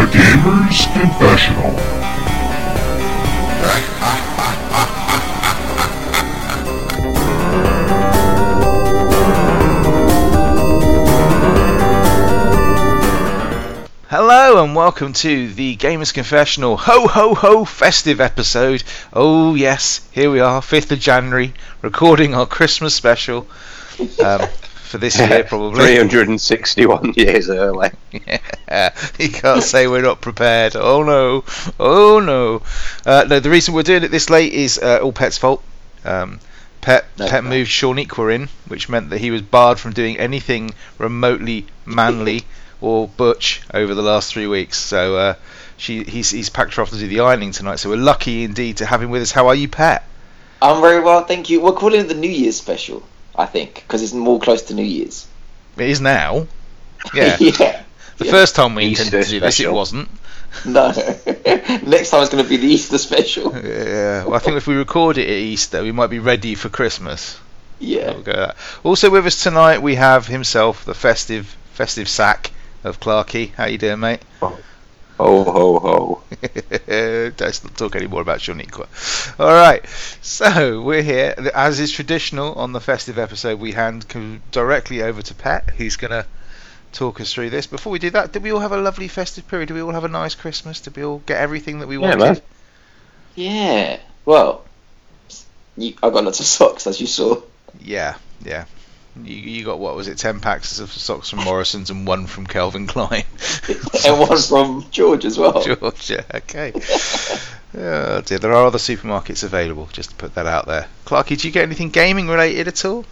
Hunter's Confessional. Hello and welcome to the Gamers Confessional Ho Ho Ho festive episode. Oh, yes, here we are, 5th of January, recording our Christmas special um, for this year, probably. 361 years early. Yeah. You can't say we're not prepared. Oh, no. Oh, no. Uh, no, the reason we're doing it this late is uh, all Pet's fault. Um, Pet, No, Pet no. moved Sean Equa in, which meant that he was barred from doing anything remotely manly or butch over the last three weeks. So uh, she, he's, he's packed her off to do the ironing tonight. So we're lucky indeed to have him with us. How are you, Pet? I'm very well, thank you. We're calling it the New Year's special, I think, because it's more close to New Year's. It is now. Yeah. yeah. The first time we Easter intended to do this, it special. wasn't. No. Next time it's going to be the Easter special. Yeah. Well, I think if we record it at Easter, we might be ready for Christmas. Yeah. We'll go with that. Also with us tonight, we have himself, the festive festive sack of Clarkey. How you doing, mate? Ho ho ho. Let's not talk any more about Shaniqua. All right, so we're here. As is traditional on the festive episode, we hand co- directly over to Pat, who's going to talk us through this. Before we do that, did we all have a lovely festive period? Did we all have a nice Christmas? Did we all get everything that we Yeah, wanted? man. Yeah. Well, you, I got lots of socks, as you saw. Yeah, yeah. You, you got what was it? Ten packs of socks from Morrison's and one from Calvin Klein. and one from George as well. Georgia. Okay. oh dear, there are other supermarkets available. Just to put that out there. Clarky, do you get anything gaming related at all?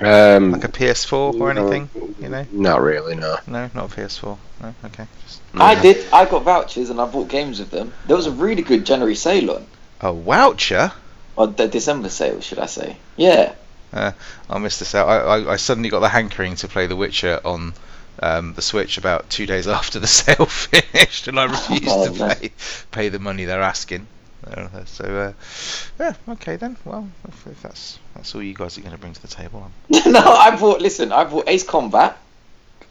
Um, Like a PS4 or no, anything? You know? Not really, no. No, not a PS4. No. Okay. Just- I did. I got vouchers and I bought games with them. There was a really good January sale on, A voucher. or the December sale, should I say? Yeah. I missed this out. I, I, I suddenly got the hankering to play The Witcher on um, the Switch about two days after the sale finished, and I refused Oh, to no. pay pay the money they're asking. Uh, So uh, yeah, okay then. Well, if, if that's that's all you guys are going to bring to the table, I'm no, I bought. Listen, I bought Ace Combat.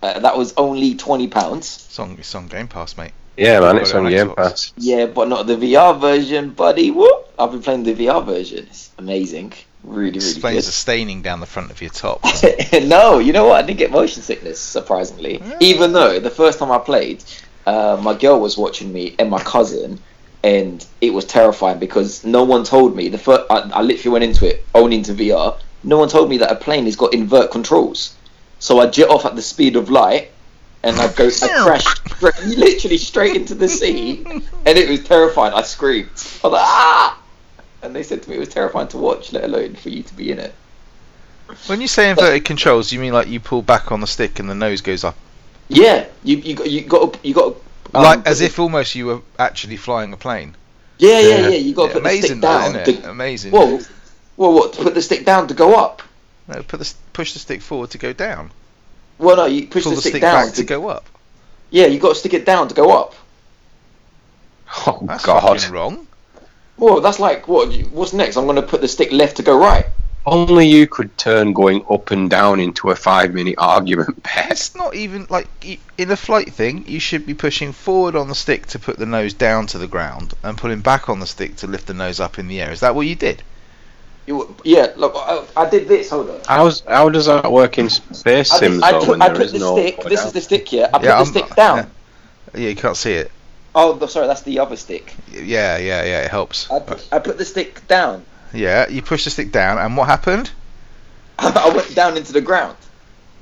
Uh, that was only twenty pounds. it's on it's on Game Pass, mate. Yeah, man, Got it's it on on Game Xbox. Pass. Yeah, but not the VR version, buddy. Whoop! I've been playing the VR version. It's amazing. Really, really explains the staining down the front of your top. good. no, you know what? I didn't get motion sickness, surprisingly. Yeah. Even though the first time I played, uh, my girl was watching me and my cousin, and it was terrifying because no one told me. The first, I, I literally went into it, only into VR. No one told me that a plane has got invert controls. So I jet off at the speed of light, and I go, I crash stra- literally straight into the sea, and it was terrifying. I screamed. I was like, ah! And they said to me it was terrifying to watch, let alone for you to be in it. when you say inverted controls, you mean like you pull back on the stick and the nose goes up, Yeah, you you got you got you got um, like as if almost you were actually flying a plane. yeah yeah Yeah. yeah you got to Yeah, put the amazing, stick that, down. isn't it? to- Amazing. Whoa, whoa, what? To put the stick down to go up? No, put the s- push the stick forward to go down. Well, no, you push pull the, stick, down. back to go up. Yeah, you got to stick it down to go up. Oh, That's God. fucking wrong. Whoa, that's like what? you- What's next? I'm gonna put the stick left to go right. Only you could turn going up and down into a five minute argument, Bess. It's not even like y- in a flight thing. You should be pushing forward on the stick to put the nose down to the ground, and pulling back on the stick to lift the nose up in the air. Is that what you did? You, yeah, look, I, I did this. Hold on. How's, how does that work in Space I, did- Sims, I though, put, when I there put is the no stick. way This down? is the stick here. I put Yeah, the I'm- stick down. Yeah, you can't see it. Oh, no, sorry, that's the other stick. Yeah, yeah, yeah. It helps. Uh, I put, I put the stick down. Yeah, you push the stick down, and what happened? I went down into the ground.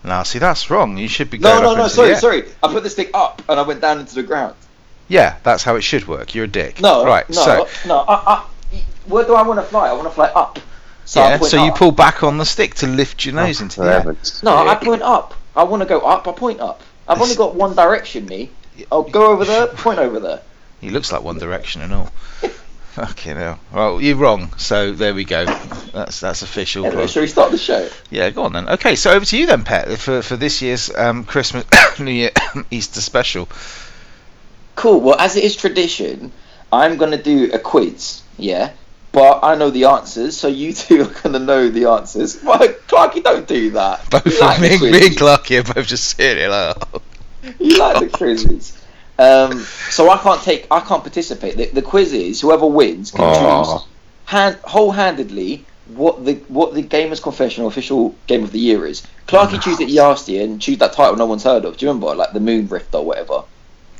Now, see, that's wrong. You should be No, going no, up no. into Sorry, the air. sorry. I put the stick up and I went down into the ground. Yeah, that's how it should work. You're a dick. No, right. No, so, no. I, I, where do I want to fly? I want to fly up. So I yeah, point so you up. pull back on the stick to lift your nose into For the air. heaven's No, I sake. point up. I want to go up. I point up. I've only This- got one direction, me. I'll go over there. Point over there. He looks like One Direction and all. Fucking hell. Well, you're wrong. So there we go. That's that's official. Anyway, shall we start the show? Yeah, go on then. Okay, so over to you then, Pet, for for this year's um, Christmas, New Year, Easter special. Cool. Well, as it is tradition, I'm going to do a quiz, yeah? But I know the answers, so you two are going to know the answers. But Clarky, don't do that. Both You like me, the and- me and quizzes. Clarky are both just sitting here like, oh. You like the quizzes. Um, so I can't take, I can't participate. The, the quiz is whoever wins can Aw. choose hand, wholehandedly what the what the Gamers Confessional official game of the year is. Clarky choose it last year and choose that title no one's heard of. Do you remember, like the Moon Rift or whatever,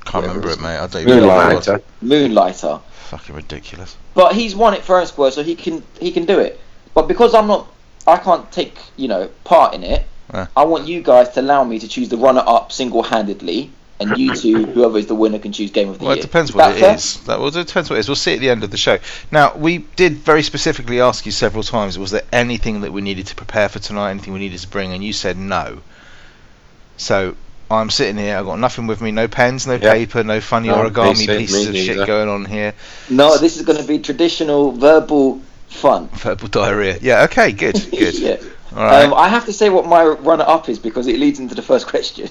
Can't remember it, mate. I don't even know. what it was. Moonlighter. Moonlighter? Fucking ridiculous. But he's won it fair and square, so he can he can do it. But because I'm not, I can't take you know part in it. Yeah. I want you guys to allow me to choose the runner-up single-handedly, and you two, whoever is the winner, can choose game of the Well, year. it depends Is what that it fair? is. That well, it depends what it is. We'll see at the end of the show. Now, we did very specifically ask you several times, was there anything that we needed to prepare for tonight, anything we needed to bring, and you said no. So I'm sitting here. I've got nothing with me, no pens, no Yeah. paper, no funny No, origami me too, pieces me of shit neither. going on here. No, this is going to be traditional verbal fun. Verbal diarrhea. Yeah. Okay. Good. Good. yeah. All right. um, I have to say what my runner-up is because it leads into the first question.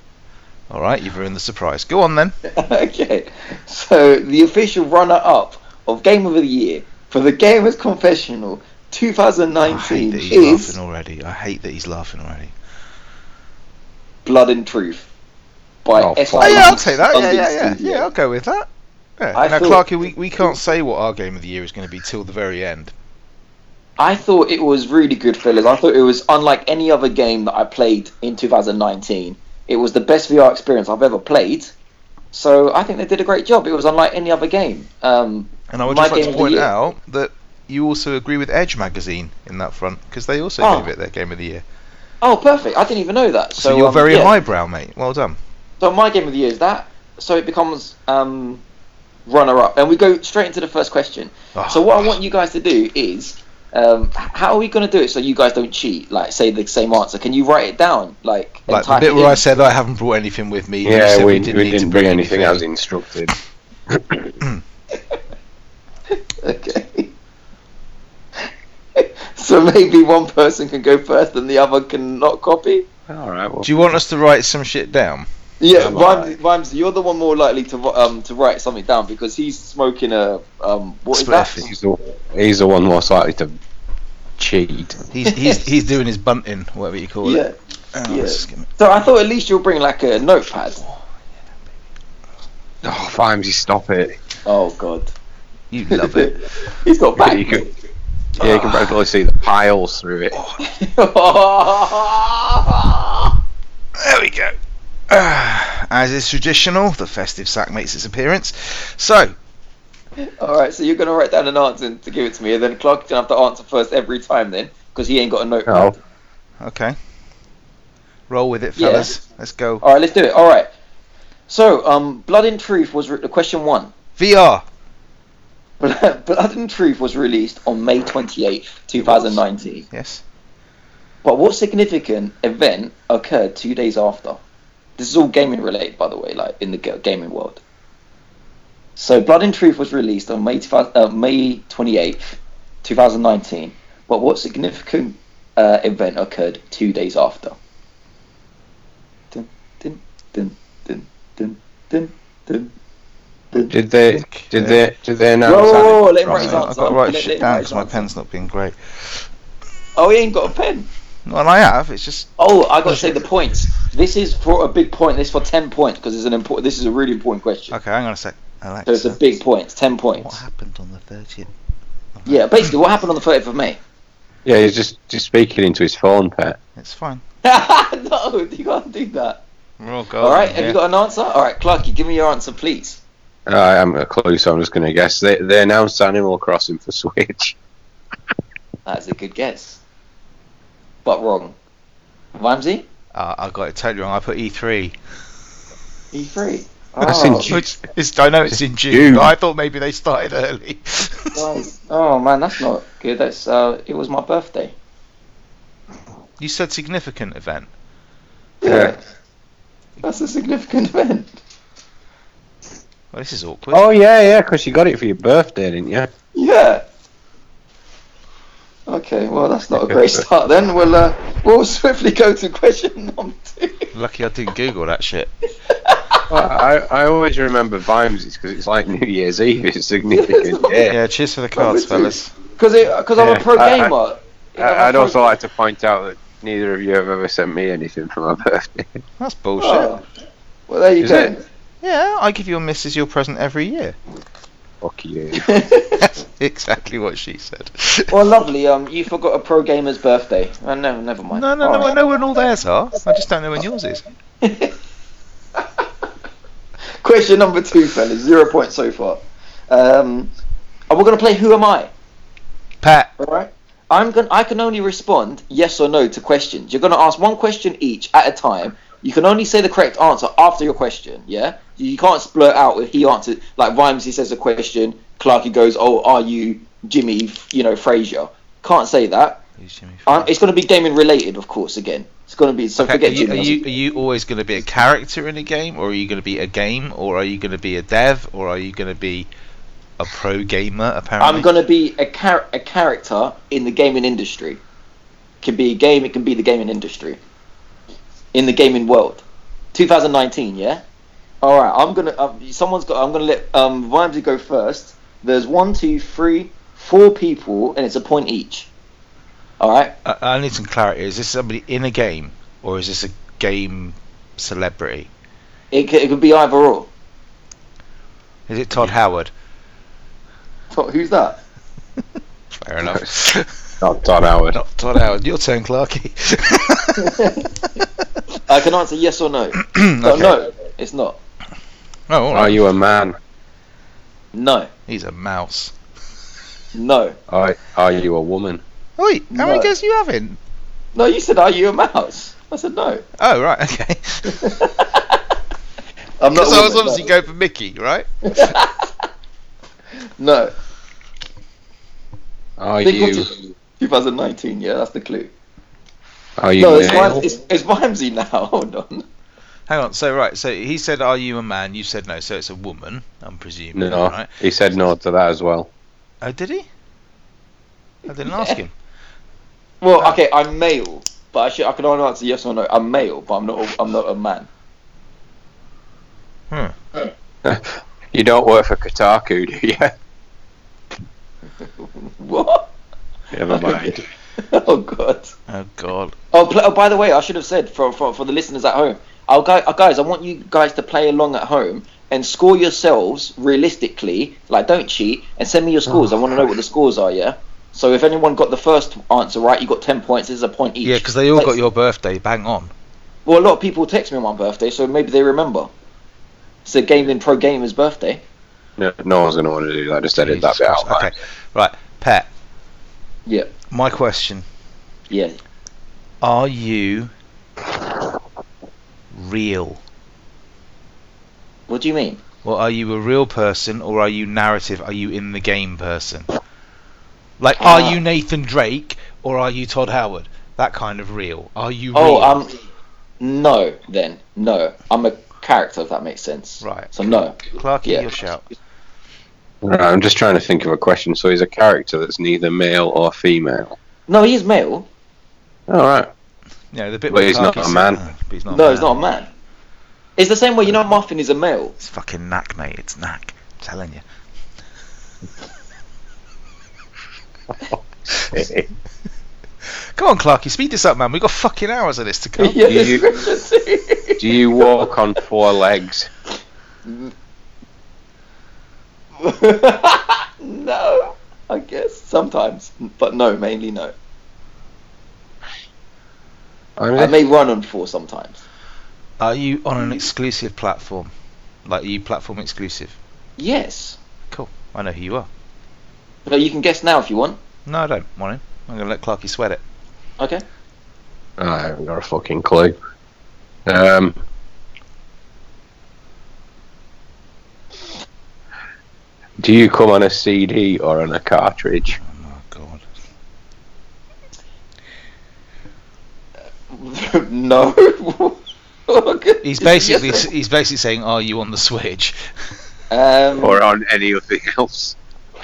All right. You've ruined the surprise. Go on then. okay, so the official runner-up of Game of the Year for the Gamers Confessional Oh, I hate 2019 that he's is laughing already. I hate that he's laughing already. Blood and Truth by Oh, S. fuck. Oh, I. yeah, I'll take that. Yeah, London yeah, yeah. Studio. Yeah, I'll go with that. Yeah. I now, thought- Clarky, we, we can't say what our game of the year is going to be till the very end. I thought it was really good, fellas. I thought it was unlike any other game that I played in 2019. It was the best VR experience I've ever played. So I think they did a great job. It was unlike any other game. Um, And I would My just like to game of the point year. out that you also agree with Edge magazine in that front because they also Oh. gave it their game of the year. oh, perfect! I didn't even know that. So, So, you're um, very yeah. highbrow, mate. Well done. So my game of the year is that. So it becomes um, runner up, and we go straight into the first question. Oh. So what I want you guys to do is, um, h- how are we going to do it so you guys don't cheat? Like say the same answer. Can you write it down? Like, and Like the type bit it where I in? said I haven't brought anything with me. you Yeah, said we, we didn't, bring anything as instructed. Okay. so maybe one person can go first and the other can not copy. All right. Well, Do you want us to write some shit down? Yeah, Am Rhymes, Rhymes, you're the one more likely to ri- um to write something down because he's smoking a um what is that? Spliff. he's, the, he's the one most likely to cheat. He's he's he's doing his bunting, whatever you call Yeah. it. Oh, yeah. this is gonna- So I thought at least you'll bring like a notepad. Oh, Fimesy, stop it. Oh God, You love it. he's got back. You can, yeah, you can practically see the piles through it. There we go. Ah, As is traditional, the festive sack makes its appearance. So, All right, so you're gonna write down an answer and to give it to me, and then Clark's gonna have to answer first every time then because he ain't got a notepad. Oh, okay. Roll with it, Yeah. fellas. Let's go. All right, let's do it. All right. So, um, Blood and Truth was re- question one. VR. Blood Blood and Truth was released on May 28th, 2019. Yes. But what significant event occurred two days after? This is all gaming related, by the way, like in the ga- gaming world. So, Blood and Truth was released on May, 2000 uh, May 28th, 2019. But what significant uh, event occurred two days after? Dun, dun, dun, dun, dun, dun, dun. did they? Did they? Did they announce? Whoa, that whoa, whoa, it- let him write Right, his I've answer. got to write Let- let shit him down write his because my answer. pen's not been great. Oh, he ain't got a pen. Well, I have. It's just Oh, I got to say the points. This is for a big point. This is for ten points because it's an important. This is a really important question. okay. Hang on a sec. So it's a Alexa, big point. Ten what points. happened on the thirtieth? Yeah, basically, what happened on the 30th of May? Yeah, he's just just speaking into his phone, pet. It's fine. no, you can't do that. We're all All right, have you got an answer? All right, Clarky, give me your answer, please. Uh, I am a clue, so I'm just going to guess. They they announced Animal Crossing for Switch. That's a good guess, but wrong. Ramsey, Uh, I got it totally wrong. I put E E3. E3. That's in Oh, June. Which is, I know it's in June, June. but I thought maybe they started early. guys. Oh man, that's not good. That's uh, it was my birthday. you said significant event. Yeah. That's a significant event. Well, this is awkward. Oh yeah, yeah, because you got it for your birthday, didn't you? Yeah. Okay, well that's not a great start then. We'll uh, we'll swiftly go to question number two. Lucky I didn't Google that shit. I, I always remember Vimesy's because it's like New Year's Eve. It's a significant Yeah, day. cheers for the cards, Number two. fellas. Because because I'm Yeah, a pro I- I- gamer. I'm a I, I'd pro- also like to point out that neither of you have ever sent me anything for my birthday. That's bullshit. Oh. Well, there you Is go. it? Yeah, I give your missus your present every year. Fuck you. That's exactly what she said. well, lovely. Um, you forgot a pro gamer's birthday. Oh, no, never mind. No, no, no. I Alright. know when all theirs are. I just don't know when yours is. Question number two, fellas. Zero points so far. Um, and we're gonna play Who Am I? Pat. All right. I'm going. I can only respond yes or no to questions. You're gonna ask one question each at a time. You can only say the correct answer after your question. Yeah. You can't blurt out if he answers. Like Rhymes, he says a question. Clarky goes, "Oh, are you Jimmy? You know, Frazier." Can't say that. Um, it's going to be gaming related, of course. Again, it's going to be. So Okay, are, forget you, are, Jimmy. you, are you always going to be a character in a game, or are you going to be a game, or are you going to be a dev, or are you going to be a pro gamer? Apparently, I'm going to be a, char- a character in the gaming industry. Can be a game. It can be the gaming industry. In the gaming world, 2019. Yeah. All right. I'm gonna. Um, someone's got. I'm gonna let um, Vimesy go first. There's one, two, three, four people, and it's a point each. All right. I, I need some clarity. Is this somebody in a game, or is this a game celebrity? It, c- it could be either or. Is it Todd Howard? So Who's that? Fair enough. Not Todd Howard. Not Todd Howard. Your turn, Clarky. I can answer yes or no. No, Okay. Oh, no, it's not. Oh, all Are right. you a man? No, He's a mouse. no, Are, are you a woman? Wait, how many No. goes you having? no. You said, "Are you a mouse?" I said, "No." Oh, right, okay. I'm not. Because I was woman, obviously no. going for Mickey, right? No. Are Big you Brother- 2019, yeah, that's the clue. are you No, it's, male? Rhymes, it's, it's Rhymesy now. Hold on. Hang on, so right, so he said, Are you a man? You said no, so it's a woman, I'm presuming, No. right? He said no to that as well. Oh, did he? I didn't ask him. Well, okay, I'm male, but I, should, I can only answer yes or no. I'm male, but I'm not. A, I'm not a man. You don't work for Kotaku, do you? What? Never mind. Oh God. Oh, God. Oh, pl- oh, by the way, I should have said for for, for the listeners at home. I'll go, uh, guys, I want you guys to play along at home and score yourselves realistically. Like, don't cheat and send me your scores. I want to know what the scores are. Yeah. So if anyone got the first answer right, you got ten points. There's a point each. Yeah, because they all Let's- got your birthday bang on. Well, a lot of people text me on my birthday, so maybe they remember. It's a game in pro gamer's birthday. No, no one's going to want to do that. Just edit Jesus that bit Christ. out. Okay, right, Pet, Yeah, my question yeah. Are you real? What do you mean? Well, are you a real person or are you narrative? Are you in the game person? Like, are Ah. you Nathan Drake or are you Todd Howard? That kind of real. Are you real? Oh, um, no. Then no, I'm a character. If that makes sense. Right. So no. Clarky, yeah. your shout. Right, I'm just trying to think of a question. So he's a character that's neither male or female. No, he's male. All right. No, the bit But where he's Clarky not a said- man. Oh, but he's not no, a man. he's not a man. It's the same way you know Muffin is a male. It's fucking knack, mate. It's knack. I'm telling you. Come on, Clarky, speed this up, man. We've got fucking hours of this to come. yeah, do you- that's Do you walk on four legs? no, I guess sometimes, but no, mainly no. I I may run on four sometimes. Are you on an exclusive platform? Like, are you platform exclusive? Yes. Cool. I know who you are. No, you can guess now if you want. No, I don't want him. I'm going to let Clarky sweat it. Okay. I haven't Ah, got a fucking clue. Um, do you come on a CD or on a cartridge? Oh, my God. no. He's basically he's basically saying, "Are you on the Switch?" Um, Or on anything else?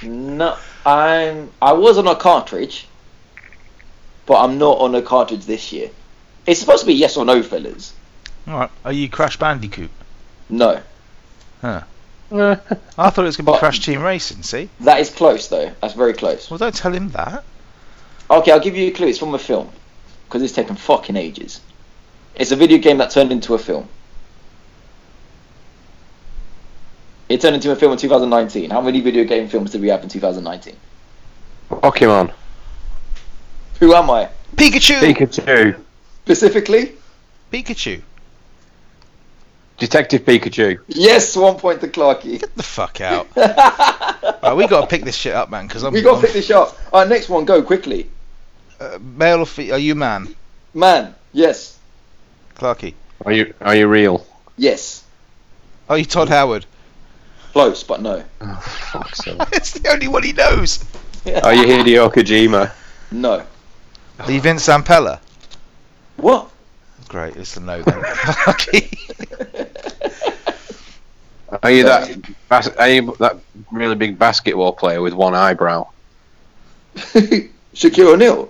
no, I'm. I was on a cartridge, but I'm not on a cartridge this year. It's supposed to be yes or no, fellas. All right. Are you Crash Bandicoot? No, I thought it was going to be But- Crash Team Racing. See? that is close though. That's very close. Well, don't tell him that. Okay, I'll give you a clue. It's from a film because it's taken fucking ages. It's a video game that turned into a film. It turned into a film in 2019. How many video game films did we have in 2019? Pokemon. Who am I? Pikachu. Pikachu. Specifically? Pikachu. Detective Pikachu. Yes, one point to Clarky. Get the fuck out. right, we got to pick this shit up, man. Because I'm. we got I'm- to pick this up. Our next one, go quickly. uh, male or female? Are you man, Man, yes, Clarky? Are you are you real? yes. Are you Todd Howard? Close, but no. Oh, fuck's sake. it's the only one he knows. Are you Hideo Kojima? No. Are you Vince Zampella? What? Great, it's a no then. Clarky. Are you that bas- are you that really big basketball player with one eyebrow? Shaquille O'Neal?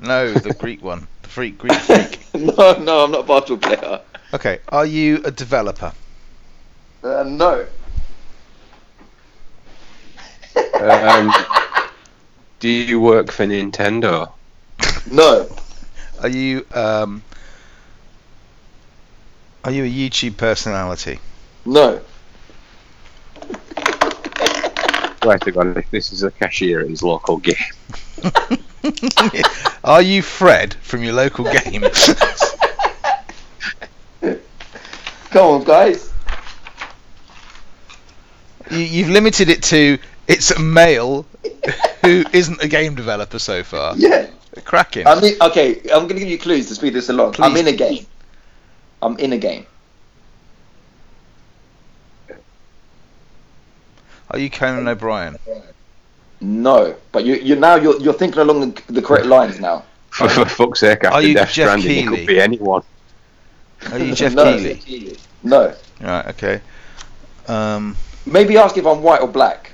No, the Greek one. The freak, Greek freak. no, no, I'm not a basketball player. Okay, are you a developer? Uh, no. Um, do you work for Nintendo? No. Are you um? Are you a YouTube personality? No. Swear to God, if this is a cashier at his local game. Are you Fred from your local game? Come on, guys. you, you've limited it to it's a male who isn't a game developer so far. Yeah. Cracking. I mean, okay, I'm going to give you clues to speed this along. I'm Please. in a game. I'm in a game. Are you Conan O'Brien? No, but you, you're now you're, you're thinking along the, the correct lines now. For, for fuck's sake, Are after you Death Jeff Stranding, it Keighley? could be anyone. Are you Jeff no. Keighley? No. Right. Okay. Um, Maybe ask if I'm white or black.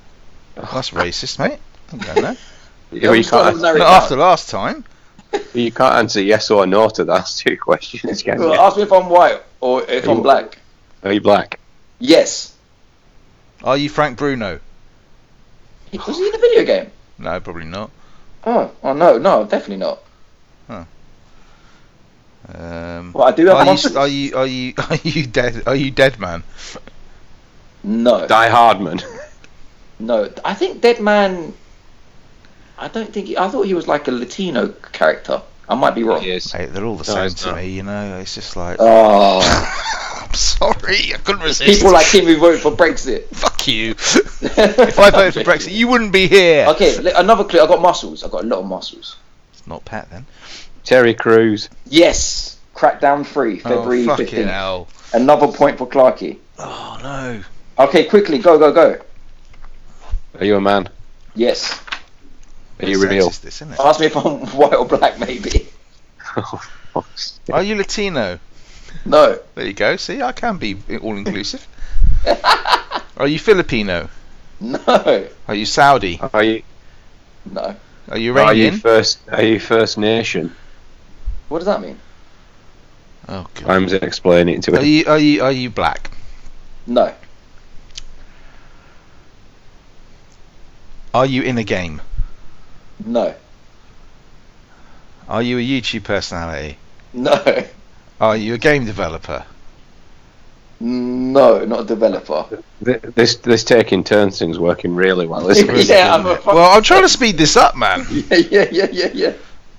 that's racist, mate. I don't know. You, you Just let can't, them ans- narrow it Not down. after last time. you can't answer yes or no to those two questions, can Well, you? Ask me if I'm white or if I'm You- black. Are you black? Yes. Are you Frank Bruno? Was he in a video game? No, probably not. Oh, oh no, no, definitely not. Um, Well, I do have are, one. you, are you are you are you dead? Are you dead, man? No, Die Hardman. no. I think Dead Man. I don't think. He, I thought he was like a Latino character. I might be wrong. Yes. Mate, they're all the No, same it's to not. me, you know. It's just like Oh, I'm sorry, I couldn't resist. people like him who voted for Brexit. fuck you. if I voted for Brexit, you wouldn't be here. Okay, li- another clue. I got muscles. I got a lot of muscles. It's not Pat then. Terry Crews. Yes, Crackdown Three, February oh fucking fifteenth. hell! Another point for Clarkey. Oh no. Okay, quickly, go, go, go. Are you a man? Yes. Are you It's real? racist, this, isn't it? Ask me if I'm white or black, maybe. Oh, fuck's sake. Are you Latino? No. There you go. See, I can be all inclusive. Are you Filipino? No. Are you Saudi? Are you No. Are you are you Iranian? first? Are you First Nation? What does that mean? Oh god. I'm explaining it to Are him. you are you are you black? No. Are you in a game? No. Are you a YouTube personality? No. Are you a game developer? No, not a developer. Th- This this taking turns thing's working really well, isn't it? Yeah, I'm a fucking- well, I'm trying to speed this up, man. Yeah, yeah, yeah, yeah, yeah.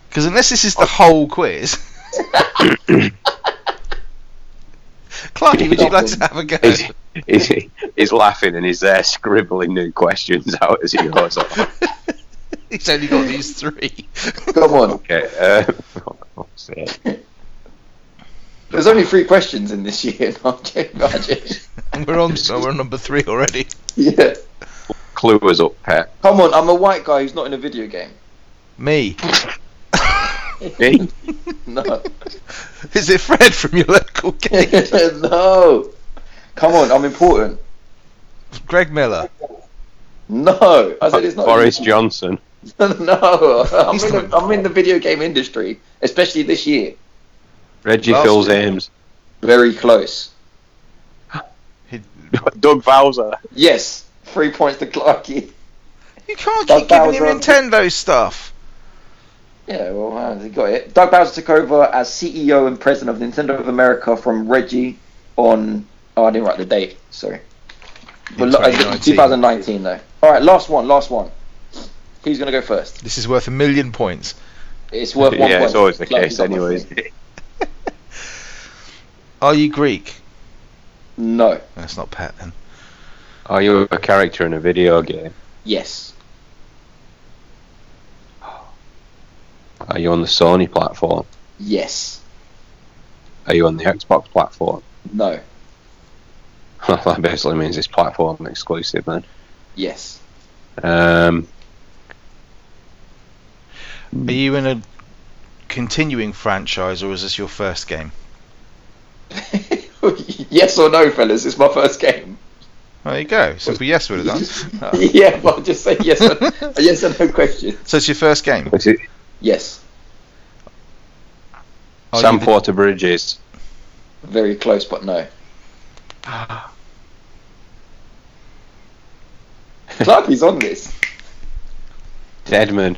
Because unless this is the Oh. whole quiz. Clarky, would you like to have a go? He's, he's, he's laughing and he's there scribbling new questions out as he goes on. He's only got these three. Come on. Okay. Uh, for fuck's sake. There's only three questions in this year. No, I'm joking, I'm joking. We're on, so we're on number three already. Yeah. Clue us up, pet. Come on, I'm a white guy who's not in a video game. Me. Me? No. Is it Fred from your local game? no. Come on, I'm important. Greg Miller. No. I said it's not. Boris Johnson. no. I'm He's in, not the, I'm in the video game industry, especially this year. Reggie Well, Phil's Ames. Very close. Doug Bowser. Yes. Three points to Clarky. You can't Doug keep giving him Bowser. Nintendo stuff. Yeah, well, uh, they got it. Doug Bowser took over as CEO and president of Nintendo of America from Reggie on. Oh, I didn't write the date. Sorry. But look, I think 2019. 2019 though. All right, last one, last one. Who's gonna go first? This is worth a million points. It's worth one yeah, point. it's always the Clark, case, you got one. anyways. Are you Greek? No. That's not Pat then. Are you a character in a video game? Yes. Are you on the Sony platform? Yes. Are you on the Xbox platform? No. that basically means it's platform exclusive then. Yes. Um, Are you in a continuing franchise or is this your first game? yes or no, fellas? It's my first game. There you go. Simple yes would have done. Oh. yeah, well, just say yes. Or, a yes or no question. So it's your first game. is it Yes. Are you Sam the- Porter Bridges? Very close, but no. Ah. Clarky's on this. Deadman?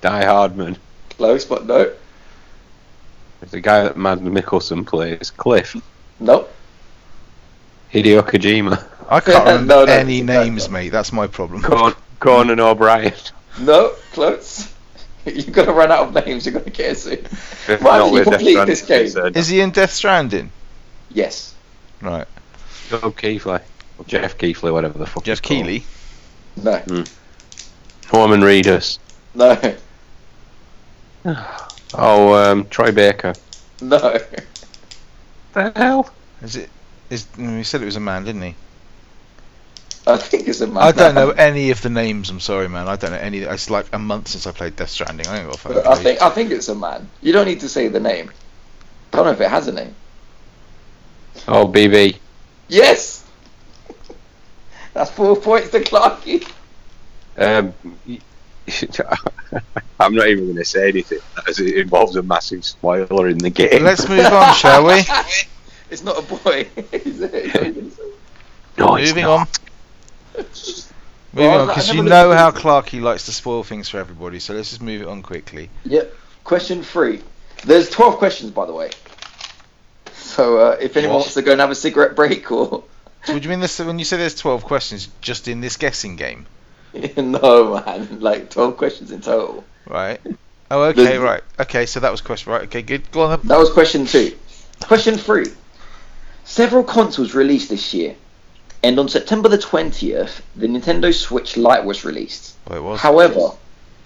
Die Hardman? Close, but no. The guy that Mad Mickelson plays? Cliff? No. Hideo Kojima? I can't No, remember no, any it's a names, bad mate. That's my problem. Con- Conan O'Brien? No. Close. You're gonna run out of names. You're gonna get it soon. If Why haven't not, you we're completed definitely this game? concerned. Is he in Death Stranding? Yes. Right. Job Keefley? Or Jeff Keefley, whatever the fuck. Jeff he's called. Keighley. No. Hmm. Norman Reedus. No. Oh, um, Troy Baker. No. The hell? Is it? Is no, he said it was a man, didn't he? I think it's a man. I don't know any of the names. I'm sorry, man. I don't know any. It's like a month since I played Death Stranding. I ain't got a fucking But I clue. think I think it's a man. You don't need to say the name. I don't know if it has a name. Oh, BB. Yes. That's four points to Clarky. Um, I'm not even going to say anything as it involves a massive spoiler in the game. Let's move on, shall we? It's not a boy. is it? no, it's Moving not. on. Moving Well, on, I- I because never you looked know at how Clarky likes to spoil things for everybody, so let's just move it on quickly. Yep. Question three. There's 12 questions, by the way. So uh, if anyone What? wants to go and have a cigarette break or. So, would you mean this when you say there's 12 questions just in this guessing game, no, man. Like 12 questions in total. right? Oh, okay, There's- right. Okay, so that was question, right? Okay, good. Go on. then. That was question two. Question three. Several consoles released this year, and on September the 20th, the Nintendo Switch Lite was released. Oh, it was. However,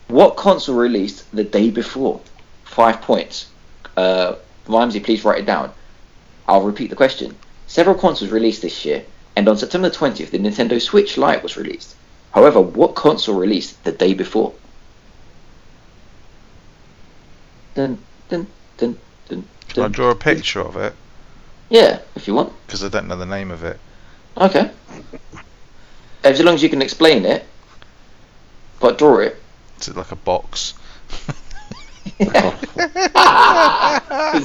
what console released the day before? Five points. Uh, Ramsey, please write it down. I'll repeat the question. Several consoles released this year, and on September 20th, the Nintendo Switch Lite was released. However, what console released the day before? Dun, dun, dun, dun, Can I dun. draw a picture of it? Yeah, if you want. Because I don't know the name of it. Okay. As long as you can explain it, but draw it. Is it like a box? Is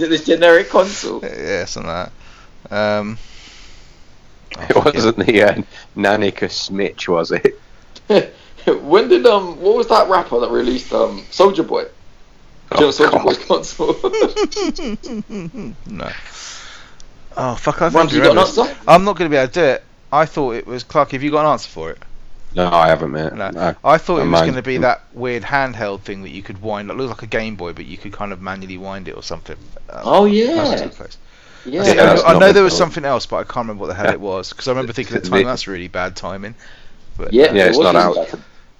it this generic console? Yeah, something like that. Um, oh, It fuck wasn't the uh, Nanica Smitch, was it? when did um what was that rapper that released um Soldier Boy? Do you know Soldier God. Boy's console? no. Oh, fuck, I think Rams, you got an answer? I'm not going to be able to do it. I thought it was Clark. Have you got an answer for it? No, I haven't, mate. No. No. I thought it I was mind. going to be that weird handheld thing that you could wind. It looked like a Game Boy, but you could kind of manually wind it or something. Uh, Oh that's what yeah. took place. Yeah. I, Yeah, that's know- I know not what there was it was. something else, but I can't remember what the hell Yeah. it was because I remember thinking at the The- time that's really bad timing. But, Yeah, uh, Yeah, it's it was not out. bad.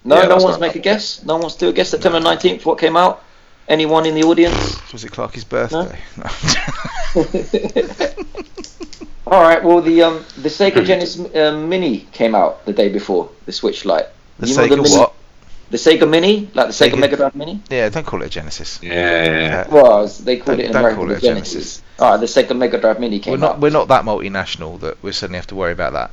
No, no Yeah, that's one's not make out. a guess. No one's do a guess. September nineteenth, what came out? Anyone in the audience? uh, was it Clarky's birthday? No. All right. Well, the um the Sega Genesis uh, Mini came out the day before the Switch Lite. the You know the Sega mini- what? The Sega Mini, like the Sega, Sega- Mega Drive Mini. Yeah, don't call it a Genesis. Yeah, yeah, yeah. Well, as they called Don't- it in don't America. call the it a Genesis. Genesis. All right, the Sega Mega Drive Mini came We're not out. we're not that multinational that we suddenly have to worry about that.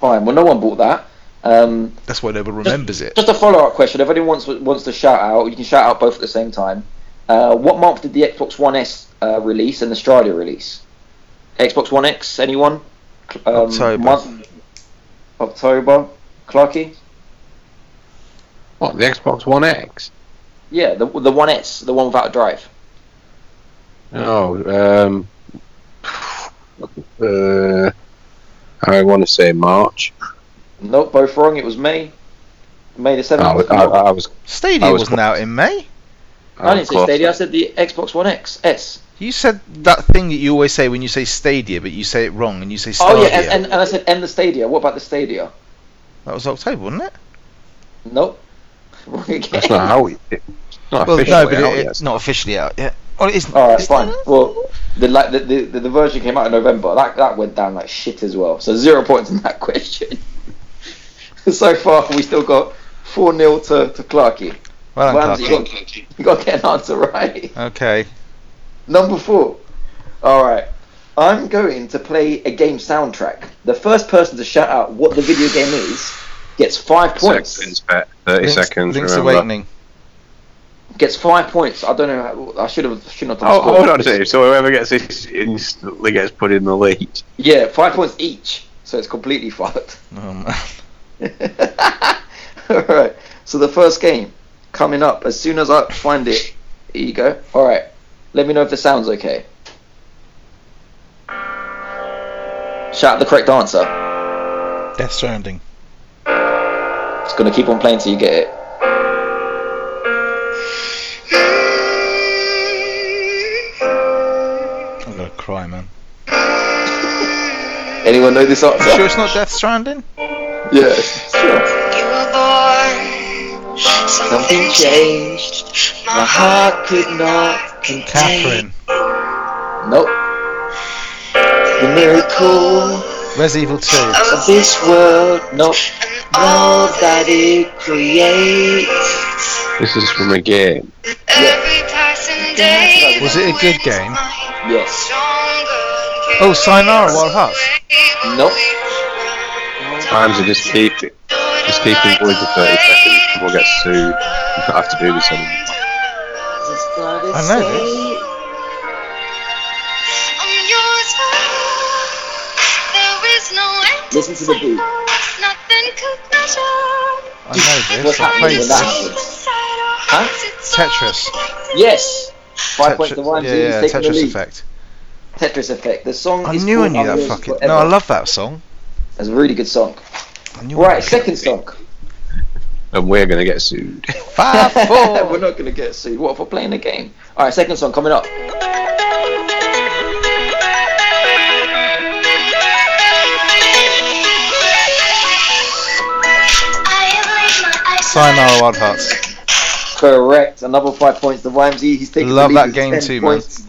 Fine. Well, no one bought that. Um, That's why nobody remembers it. Just a follow-up question. If anyone wants wants to shout out, you can shout out both at the same time. Uh, what month did the Xbox One S uh, release and the Stadia release? Xbox One X. Anyone? Cl- Um, October. Month? October. Clarky. What, the Xbox One X? Yeah, the the One S, the one without a drive. Oh, um. Uh, I want to say March. Nope, both wrong. It was May. May the I, seventh. was- Oh, I, I was. Stadia I was wasn't out in May. I didn't say close. Stadia. I said the Xbox One X S. You said that thing that you always say when you say Stadia, but you say it wrong and you say Stadia. Oh yeah, and, and, and I said and the Stadia. What about the Stadia? that was October, wasn't it? Nope. Wrong again. That's not how it. It's not Well, officially no, but out it, yet. it's not officially out yet. Well, it's All right, fine. Well, the like the, the the version came out in November. That that went down like shit as well. So zero points in that question. so far, we still got four 0 to to Clarky. Well done, Ramsey, you Clarky. got, you got to get an answer right. Okay. Number four. All right. I'm going to play a game soundtrack. The first person to shout out what the video game is gets five Seconds, points. bet. Thirty Link's, seconds. Link's remember. Awakening. Gets five points. I don't know. how- I should have shouldn't have done. Oh, score. hold on a second. So whoever gets this instantly gets put in the lead. Yeah, five points each. So it's completely fucked. Um, All right. So the first game coming up as soon as I find it. Here you go. All right. Let me know if the sounds okay. Shout the correct answer. Death Stranding. It's gonna keep on playing till you get it. I'm gonna cry, man. Anyone know this answer? Sure, it's not Death Stranding. Yes. Sure. You were born, Something something changed. changed. My heart could not Catherine. contain Nope. The miracle Res Evil 2. of of this world. Nope. and all that it creates. This is from a game. Every passing day, Was it a good game? Yes. Oh, Sayonara Wild Hearts. Nope. Times are just keeping. Just keeping going for thirty seconds. We'll get sued. I have to do this anymore. I know this. I'm yours There is no end. Listen to the beat. Nothing could measure. I know What's this. I happening played with this. that? Tetris. Yes. Five points to Tetris. one. Yeah, so he's yeah, taking the Tetris lead. Effect. Tetris Effect. The song I is knew I called knew that Unreal fucking. Forever. No, I love that song. That's a really good song. I knew I Right, loved it. second song. And we're gonna get sued. Five, Ah, four. We're not gonna get sued. What for playing the game? All right, second song coming up. Sayonara Wild Hearts. Correct. Another five points. The YMZ. He's taking. Love the lead that with game 10 too, man. points.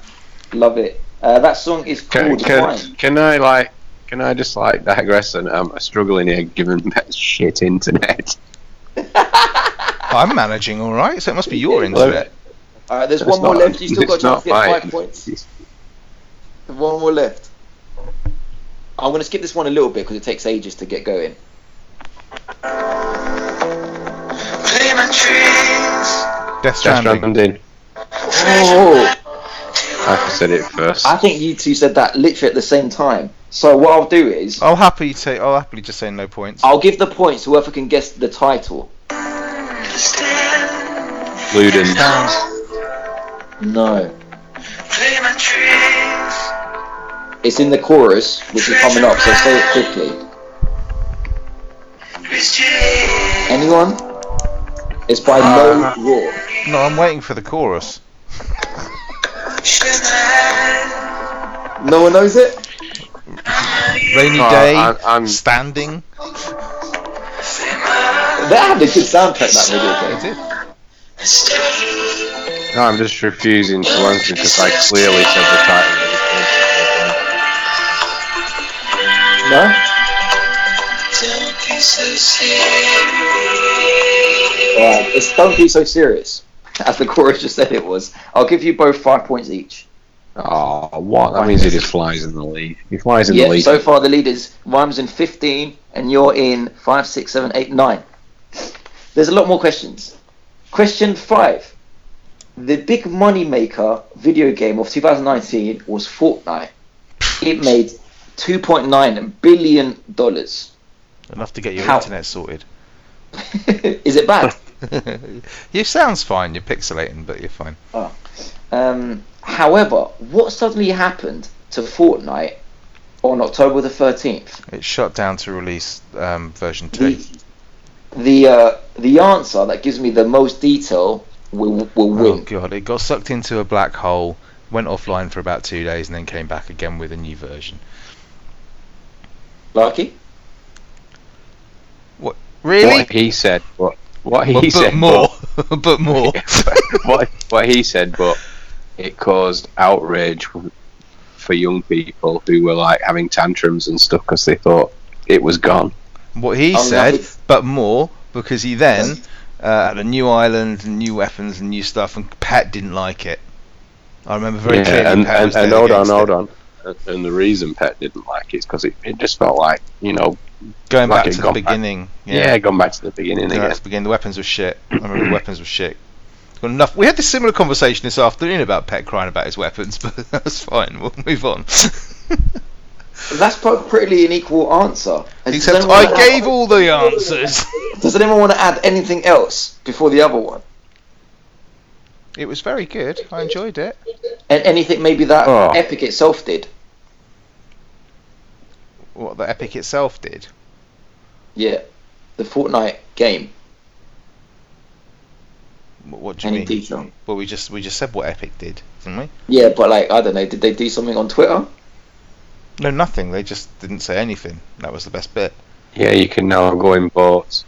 Love it. Uh, that song is Can, called can, Wine. can I like? Can I just like digress and I'm struggling here given that shit internet. I'm managing all right, so it must be your Yeah, internet. All right, there's That's one more not- left. You still got a it's chance to not get five mine. points. There's One more left. I'm gonna skip this one a little bit because it takes ages to get going. Death Death Stranding. Stranding. Oh, I said it first. I think you two said that literally at the same time. So what I'll do is I'll happily say. I'll happily just say no points. Oh. I'll give the points to whoever can guess the title. Luden. No, it's in the chorus, which is coming up. So say it quickly. Anyone? It's by No Raw. No, I'm waiting for the chorus. No one knows it. Rainy No, day. I- I'm- standing. That had a good soundtrack. That video It game. did. No, I'm just refusing to answer because I clearly said the title. No. Alright, it's don't be so serious. As the chorus just said it was. I'll give you both five points each. Oh, what? That means he just flies in the lead. He flies in yeah, the lead. so far the lead is Rhymes in 15, and you're in five, six, seven, eight, nine. There's a lot more questions. Question 5. The big moneymaker video game of 2019 was Fortnite. It made $2.9 billion. Enough to get your How- internet sorted. is it bad? you sounds fine. You're pixelating, but you're fine. Um, however, what suddenly happened to Fortnite on October the 13th? It shut down to release um, version two. The uh, the answer that gives me the most detail will will Oh win. god, it got sucked into a black hole, went offline for about two days, and then came back again with a new version. Lucky. Really? What he said, but what he But, but said, more, but more. but- what what he said, but it caused outrage for young people who were like having tantrums and stuff because they thought it was gone. what he Oh, no, said, it's- but more, because he then uh, had a new island, and new weapons, and new stuff, and Pat didn't like it. I remember very clearly. and, Pat and, was and dead hold on, against it. hold on. And- And the reason Pet didn't like it is because it, it just felt like you know Going Like back it to the gone back. beginning. yeah, gone back to the beginning Yeah, again. let's begin. The weapons were shit. I remember the weapons were shit. Got enough. We had this similar conversation this afternoon about Pet crying about his weapons, but that's fine. We'll move on. That's pro- pretty an equal answer. And does Except anyone I wanna gave all the answers. add- Does anyone want to add anything else before the other one? It was very good. I enjoyed it. And anything maybe that Oh. Epic itself did. What the epic itself did. Yeah, the Fortnite game. What, what do you Any mean? detail? Well, we just we just said what Epic did, didn't we? Yeah, but like I don't know, did they do something on Twitter? No, nothing. They just didn't say anything. That was the best bit. Yeah, you can now go in boats.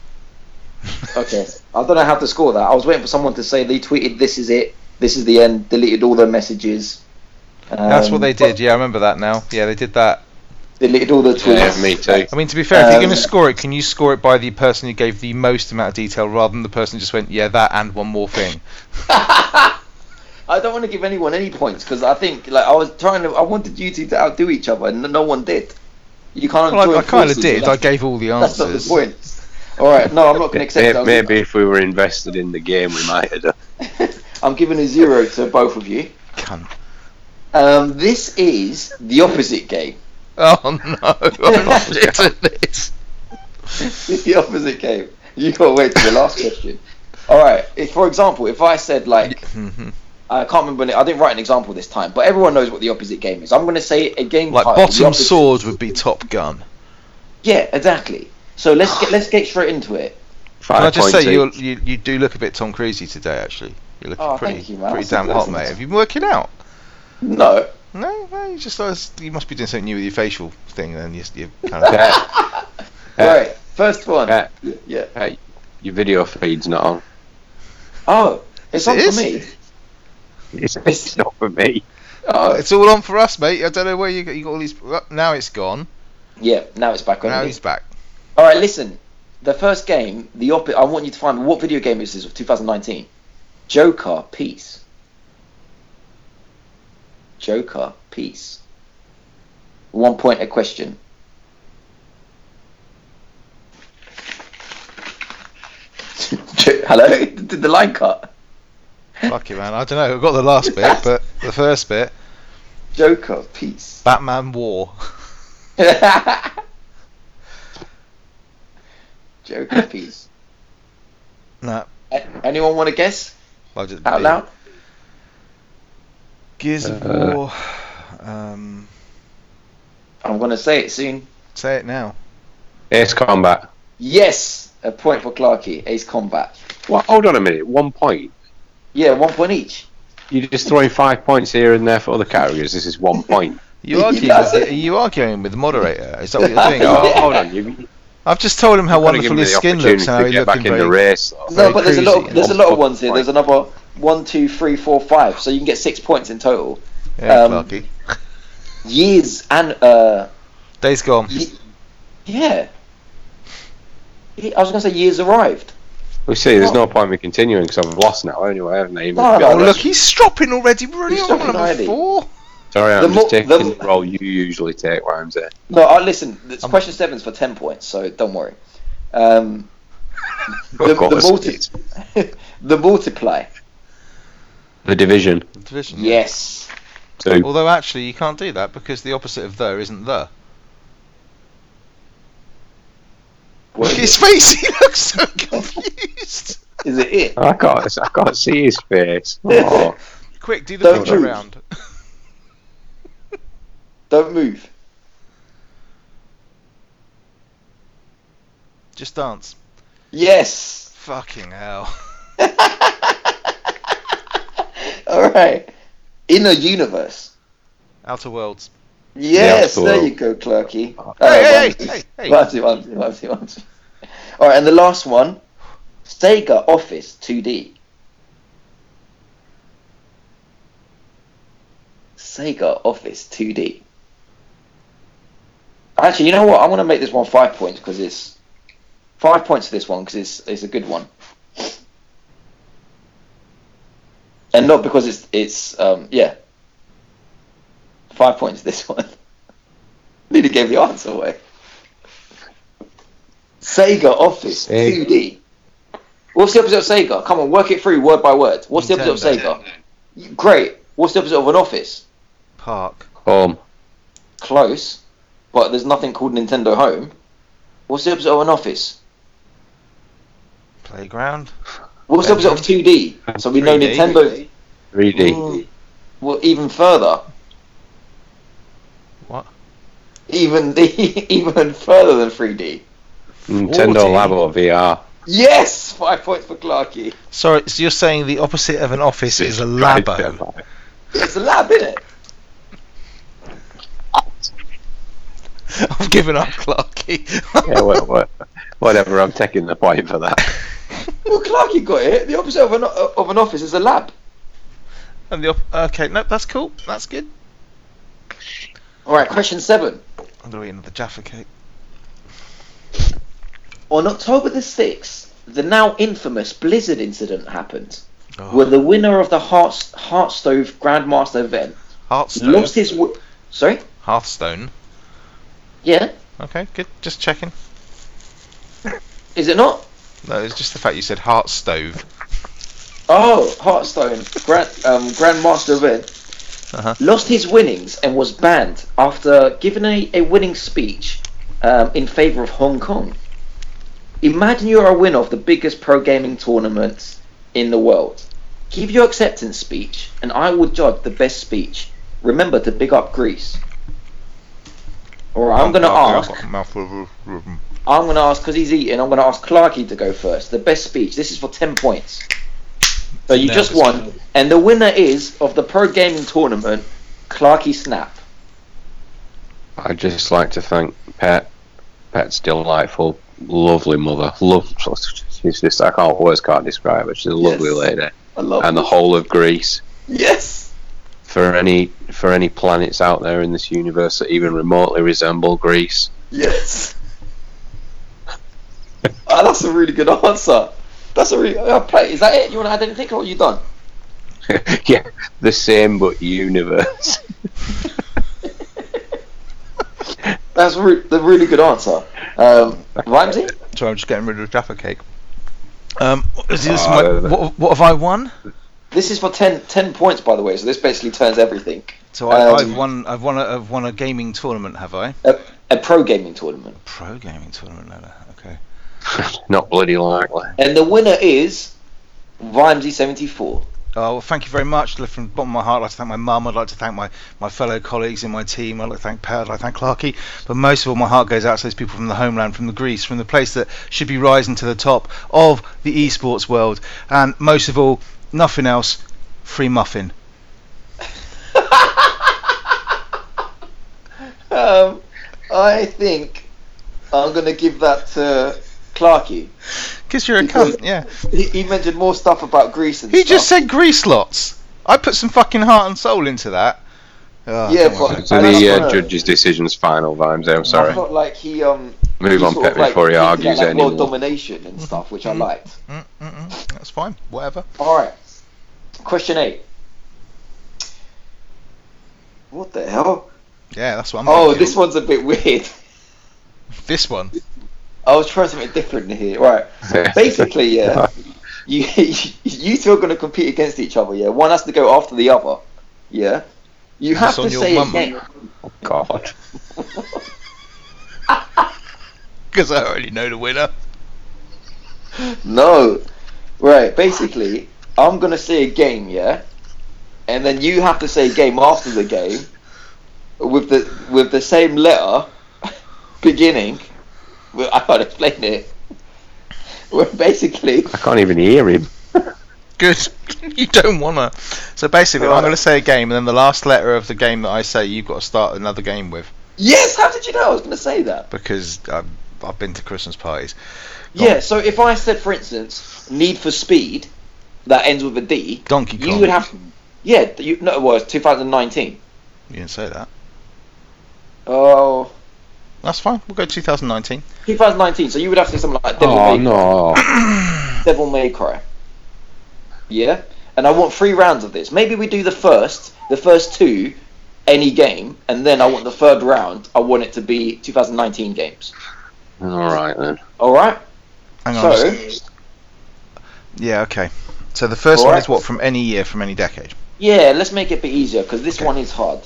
Okay, I don't know how to score that. I was waiting for someone to say they tweeted, "This is it. This is the end." Deleted all their messages. Um, That's what they did. Yeah, I remember that now. Yeah, they did that. Deleted all the Yeah, tweets. me too. I mean, to be fair, if you're Um, going to score it, can you score it by the person who gave the most amount of detail rather than the person who just went, yeah, that and one more thing? I don't want to give anyone any points because I think like I was trying to. I wanted you two to outdo each other, and no one did. You can't. Well, join I, I kind of forces, did. I that's- gave all the That's answers. not the point. All right, no, I'm not going to accept Maybe, that. maybe if we were invested in the game, we might have done. I'm giving a zero to both of you. Cunt. Um, this is the opposite game. Oh no! I'm not doing this. It's the opposite game. You got to wait till the last question. All right. If, for example, if I said like Mhm. I can't remember, any- I didn't write an example this time, but everyone knows what the opposite game is. I'm going to say a game like title, the bottom opposite- sword would be Top Gun. Yeah, exactly. So let's get let's get straight into it. Can I Five just point say eight. you, you you do look a bit Tom Cruisey today? Actually, you're looking Oh, pretty thank you, man. pretty That's a damn hot, pleasant. mate. Have you been working out? No, No, no, you just you must be doing something new with your facial thing. Then you, you kind of Yeah, Yeah. right. First one. Uh, yeah, Yeah. your video feed's not on. Oh, it's not It for is? me. It's, it's not for me. Oh, it's all on for us, mate. I don't know where you got, you got all these. well, Now it's gone. yeah. Now it's back on. Now it. he's back. All right. Listen, the first game, the op- I want you to find me what video game is this of 2019. Joker, peace. Joker, peace. One point a question. Jo- Hello? Did the line cut? Fuck you, man. I don't know. I got the last bit, but the first bit, Joker, peace. Batman War. Joker, peace. No, A- Anyone want to guess I just out loud? Gears of Uh, War. Um, I'm going to say it soon. say it now. Ace Combat. Yes, a point for Clarkey. Ace Combat. Well, hold on a minute. One point. Yeah, one point each. You're just throwing five points here and there for other categories. This is one point. You argue. does With, it. you arguing with the moderator? Is that what you're doing? Yeah. Oh, Oh, hold on. You, you I've just told him how gotta give wonderful me his the skin opportunity looks and how to he's get back looking in the very. race. though. No, but there's a lot. cruisy. Of, there's a lot of ones here. There's another one, two, three, four, five. So you can get six points in total. Yeah, um, Clarky. Years and uh, Days gone. ye- yeah. Ye- I was gonna say years arrived. We see. There's no point in me continuing because I've lost now anyway, haven't I? No, Oh no, look, he's stropping already. We're only He's on stropping number already. four. Sorry, I'm the just mo- taking the- the role you usually take, Ramsey. No, I listen. This Um, question seven's for ten points, so don't worry. Um, the, Of course. the, multi- the multiply. The division. Division. yeah. Yes. Two. Although actually, you can't do that because the opposite of there isn't there. What Look at is his it? face. He looks so confused. Is it it? I can't. I can't see his face. Oh. Quick, do the Don't picture move. round. Don't move. Just Dance. Yes. Fucking hell. All right. Inner universe. Outer Worlds. Yes, Yeah, there cool. you go, Clerky. Hey, hey, hey, hey. All right, and the last one, Sega Office 2D. Sega Office 2D. Actually, you know what? I'm going to make this one five points because it's five points for this one because it's it's a good one, and not because it's it's um yeah. Five points this one. Nearly gave the answer away. Sega Office Sega. 2D. What's the opposite of Sega? Come on, work it through word by word. What's the opposite of Nintendo. Sega? Great. What's the opposite of an office? Park. Home. Close, but there's nothing called Nintendo Home. What's the opposite of an office? Playground. What's the opposite of 2D? So we know 3D. Nintendo. 3D. Ooh. Well, even further. What? Even the even further than 3D. Nintendo 40. Labo VR. Yes, five points for Clarky. Sorry, so you're saying the opposite of an office is a labo. It's a lab, isn't it? I've given up, Clarky. Yeah, wha- wha- whatever. I'm taking the point for that. Well, Clarky got it. The opposite of an of an office is a lab. and the op- okay, no, that's cool. That's good. All right, question seven. I'm gonna eat another Jaffa cake. On October the sixth, the now infamous Blizzard incident happened, Oh, where the winner of the Heart Hearthstone Grandmaster event Hearthstone. lost his. W- Sorry. Hearthstone. Yeah. Okay, good. Just checking. Is it not? No, it's just the fact you said heart stove. Oh, Hearthstone Grand um, Grandmaster event Uh-huh. lost his winnings and was banned after giving a, a winning speech um, in favor of Hong Kong. Imagine you're a winner of the biggest pro gaming tournament in the world. Give your acceptance speech, and I will judge the best speech. Remember to big up Greece. All right, I'm going to I've ask. got a mouthful of- of- of- I'm going to ask because he's eating. I'm going to ask Clarky to go first. The best speech. This is for ten points. So you Now just it's won, and the winner is of the pro gaming tournament, Clarky Snap. I'd just like to thank Pet. Pet's delightful, lovely mother. Love. She's just. I can't. Words can't describe her. She's a lovely Yes. Oh. lady. I love. And the whole of Greece. yes. for any for any planets out there in this universe that even remotely resemble Greece. Yes. Ah, that's a really good answer. That's a really. Uh, play. Is that it? You want to add anything, or you done? yeah, the same but universe. That's re- the really good answer. Um, Ramsey. Sorry, I'm just getting rid of the Jaffa cake. Um, is this Ah, my- there- there. what, what have I won? This is for 10, 10 points, by the way. So this basically turns everything. So I, Um, I've won. I've won. A, I've won a gaming tournament. Have I? A, a pro gaming tournament. Pro gaming tournament. No, no. Okay. Not bloody likely. And the winner is Vimesy74. Oh, well, thank you very much. Look, From the bottom of my heart, I'd like to thank my mum. I'd like to thank my, my fellow colleagues in my team. I'd like to thank Pat. I'd like to thank Clarky. But most of all, my heart goes out to those people from the homeland, from the Greece, from the place that should be rising to the top of the esports world. And most of all, nothing else, free muffin. Um, I think I'm going to give that to Clarky. Because you're a Because- cunt, yeah. He, he mentioned more stuff about Greece and He stuff. just said grease lots. I put some fucking heart and soul into that. Oh, Yeah, don't worry but- about it. So And the that's uh, what- judge's decision's final, Vimes. I'm I sorry. felt like he um Move he on, sort of, Pet, before he hinted at, like, argues world anymore. domination and stuff, which I liked. Mm, mm, mm. That's fine. Whatever. All right, question eight. What the hell? Yeah, that's what I'm. Oh, thinking. this one's a bit weird. This one. I was trying something different here. Right, basically, yeah. Oh, you you two are going to compete against each other. Yeah, one has to go after the other. Yeah, you have It's on to your say a mum. game. God. Because I already know the winner. No, right. Basically, I'm going to say a game. Yeah, and then you have to say a game after the game with the with the same letter beginning. Well, I can't explain it. Well, basically, I can't even hear him. Good. you don't wanna. So basically, I'm Right. gonna say a game, and then the last letter of the game that I say, you've got to start another game with yes. How did you know I was going to say that? because I've, I've been to Christmas parties. Yeah. So if I said, for instance, Need for Speed, that ends with a D, Donkey Kong. you would have. Yeah. You, no, it was 2019. You didn't say that. Oh. That's fine. We'll go 2019. 2019. So you would have to say something like Devil, Oh May, no! Devil May Cry. Yeah. And I want three rounds of this. Maybe we do the first, the first two, any game, and then I want the third round. I want it to be 2019 games. All right then. All right. Hang on. So just- yeah. Okay. So the first one Alright. is what from any year, from any decade. yeah, let's make it a bit easier because this Okay. one is hard,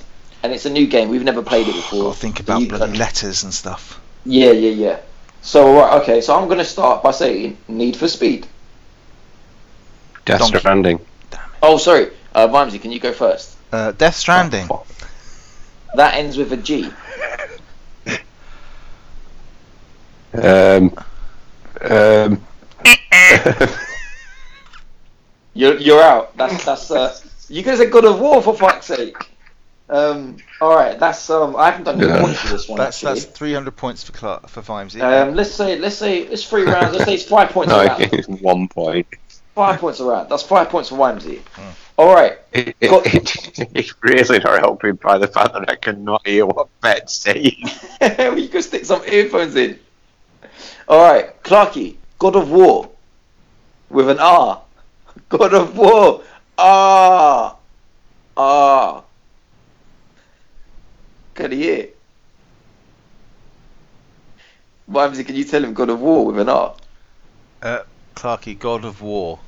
and it's a new game. We've never played it before. Got to think about You- bloody letters and stuff. Yeah, yeah, yeah. So right, okay. So I'm gonna start by saying Need for Speed. Death Donkey. Stranding. Oh, sorry, uh, Vimesy, can you go first? Uh, Death Stranding. Oh, That ends with a G. fuck. Um. Um. You're you're out. That's that's. Uh, you guys are good of war for fuck's sake. Um. All right. That's um. I haven't done any Yeah. points for this one That's actually. that's 300 points for Clark, for Vimesy. Um. Let's say let's say it's three rounds. Let's say it's five points no, a round. it's one point. Five points a round. That's five points for Wimsey. All right. It, it, Got- it, it's really not helping by the fact that I cannot hear what Matt's saying. we could stick some earphones in. All right, Clarky, God of War, with an R. God of War, R, R. Can he hear? Wimsey, can you tell him God of War with an R? Uh, Clarky, God of War.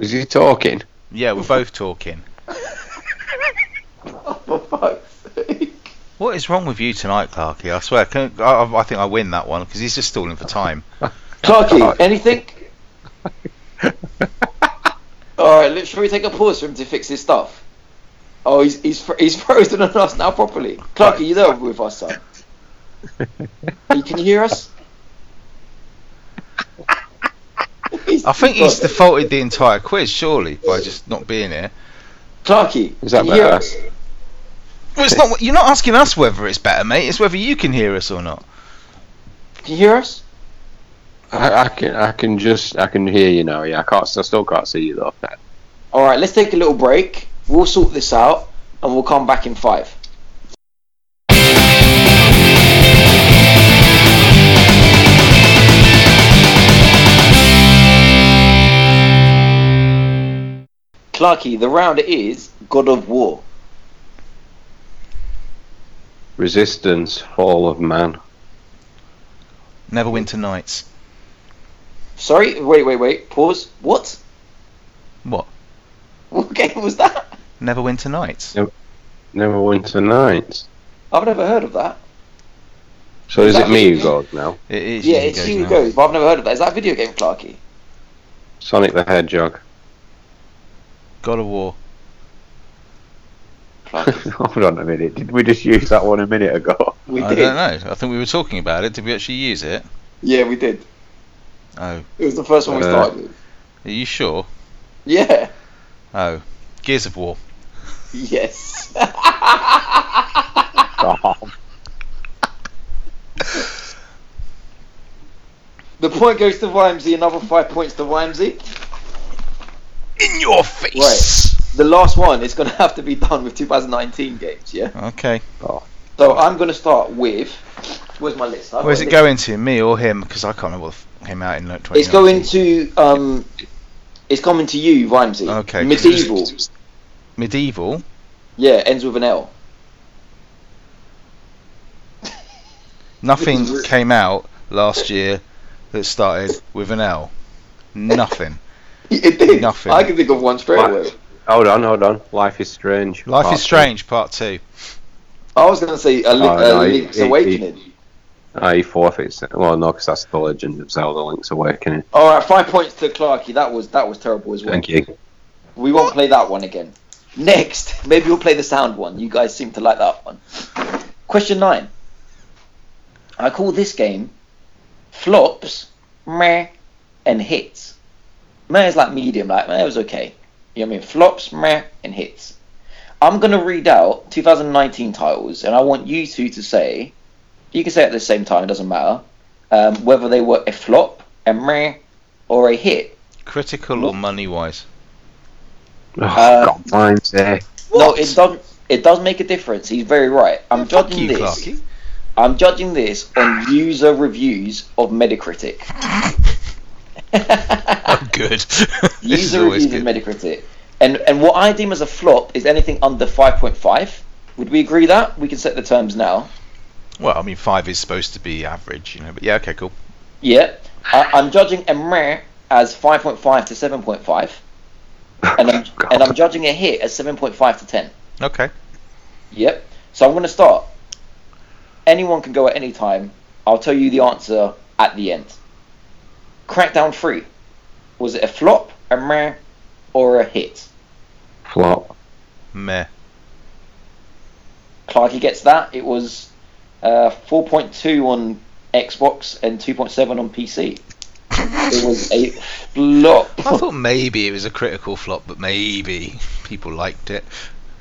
Is he talking? Yeah, we're both talking. Oh, for fuck's sake. What is wrong with you tonight, Clarky? I swear, can, I, I- I think I win that one because he's just stalling for time. Clarky, anything? All right, let's, shall we take a pause for him to fix his stuff? Oh, he's he's fr- he's frozen on us now properly. Clarky, you there with us, son? Can you- Can you hear us? I think he's defaulted the entire quiz, surely, by just not being here. Clarky, Is that can you hear better? us? Well, it's not. You're not asking us whether it's better, mate. It's whether you can hear us or not. Can you hear us? I, I can I can just I can hear you now. Yeah, I can't. I still can't see you though. All right, let's take a little break. We'll sort this out, and we'll come back in five. Clarky, the round is God of War. Resistance, Fall of Man. Neverwinter Nights. Sorry, wait, wait, wait. Pause. What? What? What game was that? Neverwinter Nights. Neverwinter Nights. I've never heard of that. So is it me who goes now? It is. yeah, you it's go you who now. goes, but I've never heard of that. Is that a video game, Clarky? Sonic the Hedgehog. God of War. Clarky, Hold on a minute. Did we just use that one a minute ago? we I did. don't know. I think we were talking about it. Did we actually use it? Yeah, we did. Oh, It was the first one we Uh, started with. are you sure? Yeah. Oh, Gears of War. Yes. Oh, the point goes to Wimsey, another five points to Wimsey. In your face. The last one is going to have to be done with 2019 games, yeah? Okay. So I'm going to start with. Where's my list? I've Where's got it a list. going to? Me or him? Because I can't remember what the f- came out in like 2019. It's going to. um. It's coming to you, Wimsey. Okay. Medieval. medieval. Yeah, ends with an L. Nothing Medieval. came out last year that started with an L. Nothing. It did. Nothing. I can think of one straight What? away. Hold on, hold on. Life is strange. Life Part is Strange Part Two. I was going to say a, li- Oh, no, a it- Link's it- it- Awakening. Two. Ah, he forfeits. it. Well, no, because that's the Legend of Zelda: Link's Awakening. All right, five points to Clarkey. That was that was terrible as well. Thank you. We won't play that one again. Next, maybe we'll play the sound one. You guys seem to like that one. Question nine. I call this game Flops, meh, and hits. Meh is like medium, like meh it was okay. You know what I mean? Flops, meh, and hits. I'm gonna read out 2019 titles, and I want you two to say. You can say it at the same time; it doesn't matter. Um, whether they were a flop, a meh, or a hit. Critical or money wise? Oh, Uh, God, mine's there. No, it does. It does make a difference. He's very right. I'm Fuck judging you, this. Clarky. I'm judging this on user reviews of Metacritic. I'm good. this is user always reviews of good. Metacritic. And and what I deem as a flop is anything under 5.5. Would we agree that? We can set the terms now. well, I mean, five is supposed to be average, you know. But yeah, okay, cool. Yeah. I, I'm judging a meh as 5.5 to 7.5. And I'm, God. and I'm judging a hit as 7.5 to 10. Okay. Yep. So I'm going to start. Anyone can go at any time. I'll tell you the answer at the end. Crackdown 3. Was it a flop, a meh, or a hit? flop. Meh. Clarky gets that. It was uh, 4.2 on Xbox and 2.7 on PC. It was a flop. I thought maybe it was a critical flop, but maybe people liked it.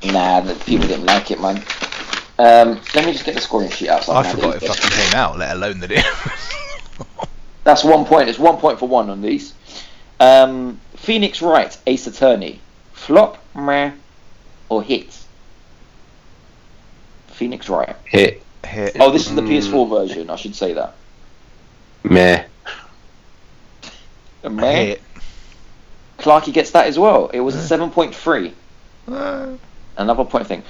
nah, the people didn't like it, man. Um, let me just get the scoring sheet out. so I can forgot have it fucking came out, let alone that it. That's one point. It's one point for one on these. Um, Phoenix Wright, Ace Attorney. Flop, meh, or hit? Phoenix Wright. Hit. Hit. Oh, this is the Mm. PS4 version. I should say that. Meh. A Meh. Hit. Clarky gets that as well. It was a 7.3. Uh, Another point thing.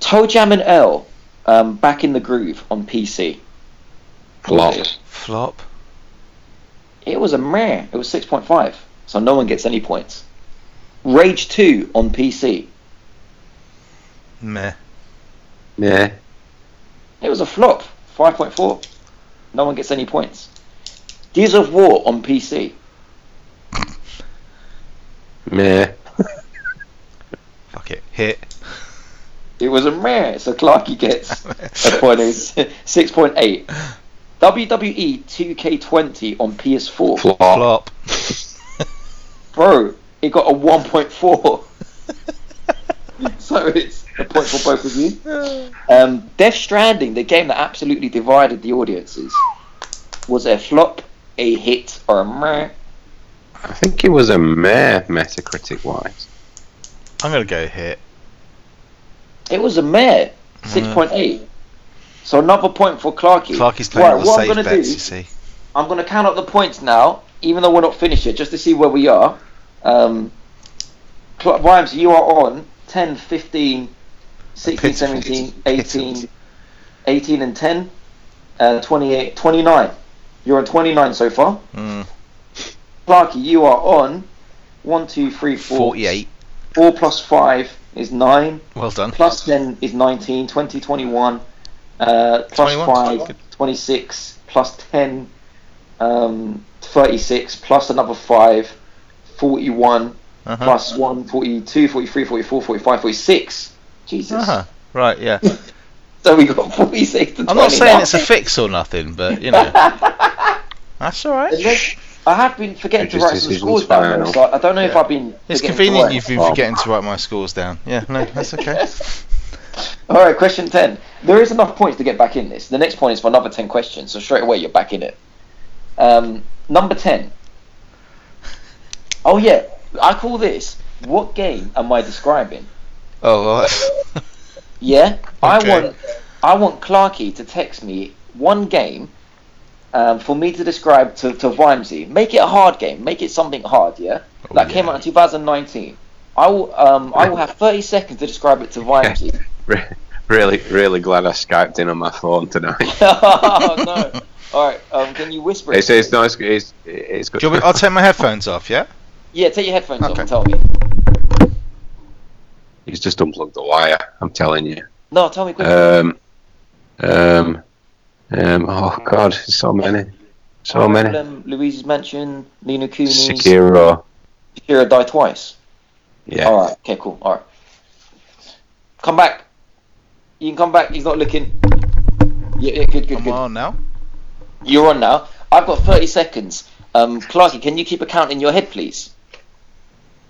Toe Jam and L, um, back in the groove on PC. Flop. flop. It was a meh. It was 6.5. So no one gets any points. Rage 2 on PC. Meh. Meh. It was a flop. 5.4. No one gets any points. Gears of War on PC. Meh. Fuck it. Hit. It was a meh, so Clarky gets a point of s- 6.8. WWE 2K20 on PS4. Flop. flop. Bro, it got a 1.4. so it's a point for both of you. Um, Death Stranding, the game that absolutely divided the audiences, was it a flop, a hit, or a meh? I think it was a meh, Metacritic wise. I'm gonna go hit. It was a meh, Mm. six point eight. So another point for Clarky. Clarky's playing Right, all the what I'm safe gonna bets, do- you see. I'm going to count up the points now, even though we're not finished yet, just to see where we are. Um, Cl- Rhymes, you are on 10, 15, 16, Pitiful. 17, Pitiful. 18, 18 and 10, uh, 28, 29. You're on 29 so far. Mm, Clarky, you are on 1, 2, 3, 4. 48. 4 plus 5 is 9 Well done. plus 10 is 19, 20, 21, uh, plus 21, 5, good. 26, plus 10, um, 36, plus another 5, 41, Uh-huh. plus 1, 42, 43, 44, 45, 46. Jesus. Uh-huh. Right, yeah. So we got 46 to I'm not saying it's a fix or nothing, but you know. That's alright. I have been forgetting to Just write some decisions scores down, there, final. so I don't know if Yeah. I've been. It's forgetting to convenient write. you've been Flop. forgetting Oh. to write my scores down. Yeah, no, that's okay. All right, question 10. There is enough points to get back in this. The next point is for another 10 questions, so straight away you're back in it. Um, number 10. Oh, yeah. I call this what game am I describing? Oh, all right. Yeah? I Okay. want I want Clarky to text me one game um, for me to describe to, to Vimesy. Make it a hard game. Make it something hard, yeah? Oh, that came yeah. out in 2019. I will, um, I will have 30 seconds to describe it to Vimesy. Re- really, really glad I skyped in on my phone tonight. oh, no. All right, um, can you whisper? It's, it? it's nice. It's, it's good. Do you want me- I'll take my headphones off, yeah? Yeah, take your headphones off Okay. and tell me. He's just unplugged the wire. I'm telling you. No, tell me quickly. Um, um, um. Oh God, so many, so many. Problem, Luigi's Mansion, Nina Cooney, Shakira. Sekiro. Die Twice. Yeah. All right, okay, cool. All right. Come back. You can come back. He's not looking. Yeah, yeah good, good, Come good. on now. You're on now. I've got 30 seconds. Um, Clarky, can you keep a count in your head, please?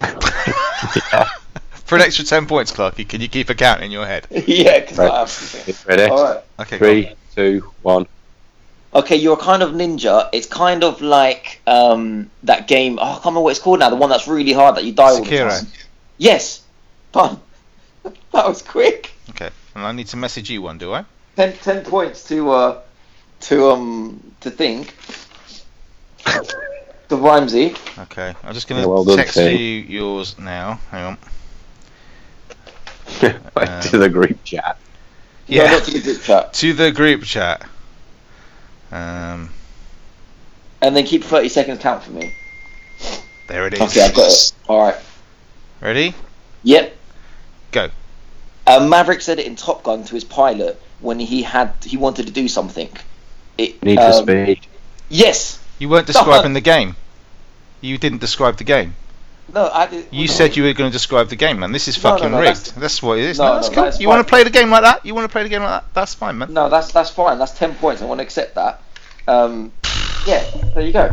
For an extra 10 points, Clarky, can you keep a count in your head? yeah, because Right. I absolutely. Ready? All right. Okay, go on. Three, two, one. Okay, you're a kind of ninja. It's kind of like um, that game. Oh, I can't remember what it's called now. The one that's really hard that you die all the Sekiro. time. Yes. Done. that was quick. Okay, and I need to message you one, do I? Ten, ten points to uh, to um to think. the Rhymesy. Okay, I'm just going to Yeah, well done, text Faye. you yours now. Hang on. Back to the group chat. Yeah. No, not to the group chat. To the group chat. Um, And then keep 30 seconds count for me. there it is. Okay, I've got it. All right. Ready? Yep. Go. Uh, Maverick said it in Top Gun to his pilot when he had he wanted to do something. It, Need um, for speed. Yes. You weren't describing the game. You didn't describe the game. No, I did. You said you were going to describe the game, man. This is No, no, fucking no, rigged. that's- That's, what it is. No, No, no, that's cool. that's you want to play fine. the game like that? You want to play the game like that? That's fine, man. No, that's that's fine. That's ten points. I want to accept that. Um, yeah, there you go.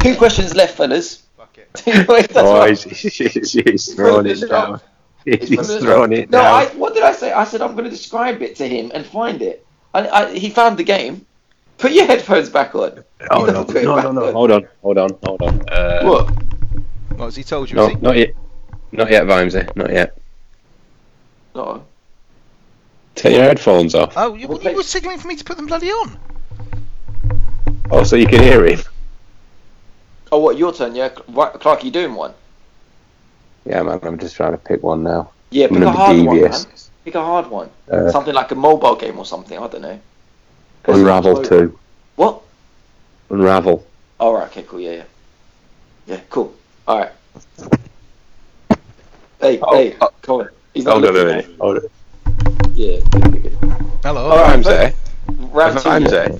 Two questions left, fellas. Fuck it. Two questions Oh, left. he's, he's, he's throwing it down. It's- He's throwing it No, I, down. what did I say? I said I'm going to describe it to him and find it. I, I, he found the game. Put your headphones back on. Oh, He's no, not putting no, back no, no. on. Hold on, hold on, hold on. Uh, What? What has he told you? No, has he? not yet. Not yet, Vimesy. Not yet. No. Take your headphones off. Oh, you, Well, you were please. signalling for me to put them bloody on. Oh, so you can hear him. Oh, what? Your turn, yeah. Right, Clark, you doing one? Yeah, man. I'm just trying to pick one now. Yeah, I'm pick a gonna be hard one, man. devious. Pick a hard one. Uh, Something like a mobile game or something. I don't know. Unravel two. What? Unravel. All right. Okay. Cool. Yeah. Yeah. Yeah. Cool. All right. Hey. Oh, hey. oh, come on. He's not Hold on a looking. minute. Hold on. Yeah. Good, good, good. Hello. All right. Vimesy. Round two. yeah.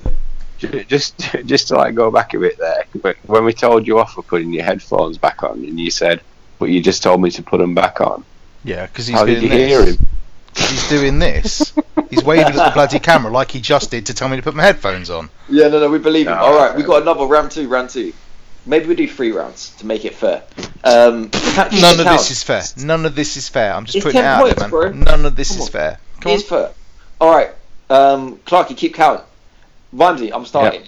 Ju- Just, just to like go back a bit there. but When we told you off for putting your headphones back on, and you said, "But you just told me to put them back on." Yeah, because he's How doing did you this. hear him? He's doing this. he's waving at the bloody camera like he just did to tell me to put my headphones on. Yeah, no, no, we believe him. No, All right, okay. we got another round two, round two. Maybe we do three rounds to make it fair. Um, ca- keep None the of count. this is fair. None of this is fair. I'm just It's putting it 10 out points, there, bro. man. None of this Come is on. fair. It Come on. is fair. All right, um, Clarky, keep count. Ramsey, I'm starting.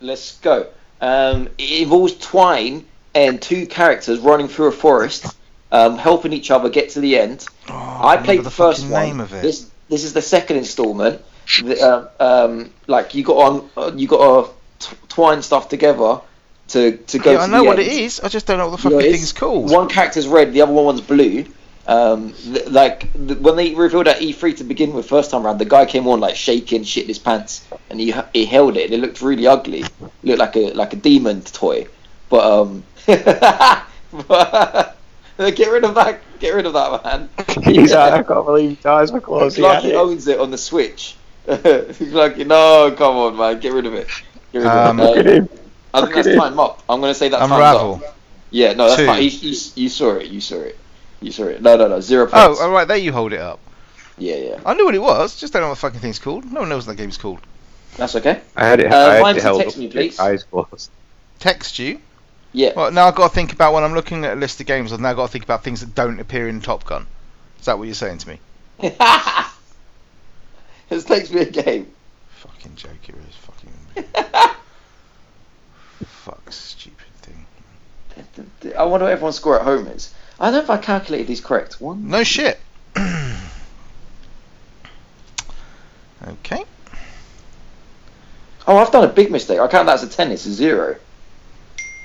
Let's go. Um, it involves Twine and two characters running through a forest, um, helping each other get to the end. Oh, I remember played the first fucking one. name of it. This this is the second instalment. The, um, um, like you got on, uh, you got to t- twine stuff together to to go. yeah, to I know the what end. it is. I just don't know what the You know, fucking it's- thing's called. One character's red, the other one's blue. Um, th- like th- when they revealed at E3 to begin with, first time round, the guy came on like shaking shit in his pants, and he he held it. and It looked really ugly. looked like a like a demon toy. But um, but, get rid of that. Get rid of that man. He's like, I can't believe his eyes were closed. He had Clarky it. owns it on the Switch. Clarky, no, come on, man, get rid of it. Get rid Um, of Look it. at Um, him. I look think that's at it. time up. I'm gonna say that time's up. Unravel. Yeah, no, that's Two. fine. You, you, you saw it. You saw it. You saw it. No, no, no. Zero Oh, points. all right, there you hold it up. yeah, yeah. I knew what it was. Just don't know what the fucking thing's called. No one knows what that game's called. That's okay. I had it. Uh, I Vimesy, had it held text up. me, with his please. Eyes closed. Text you. Yeah. Well, now I've got to think about when I'm looking at a list of games. I've now got to think about things that don't appear in Top Gun. Is that what you're saying to me? this takes me a game. Fucking joker is fucking fuck stupid thing. I wonder what everyone's score at home is. I don't know if I calculated these correct. One. No shit. okay. Oh, I've done a big mistake. I count that as a ten. It's a zero.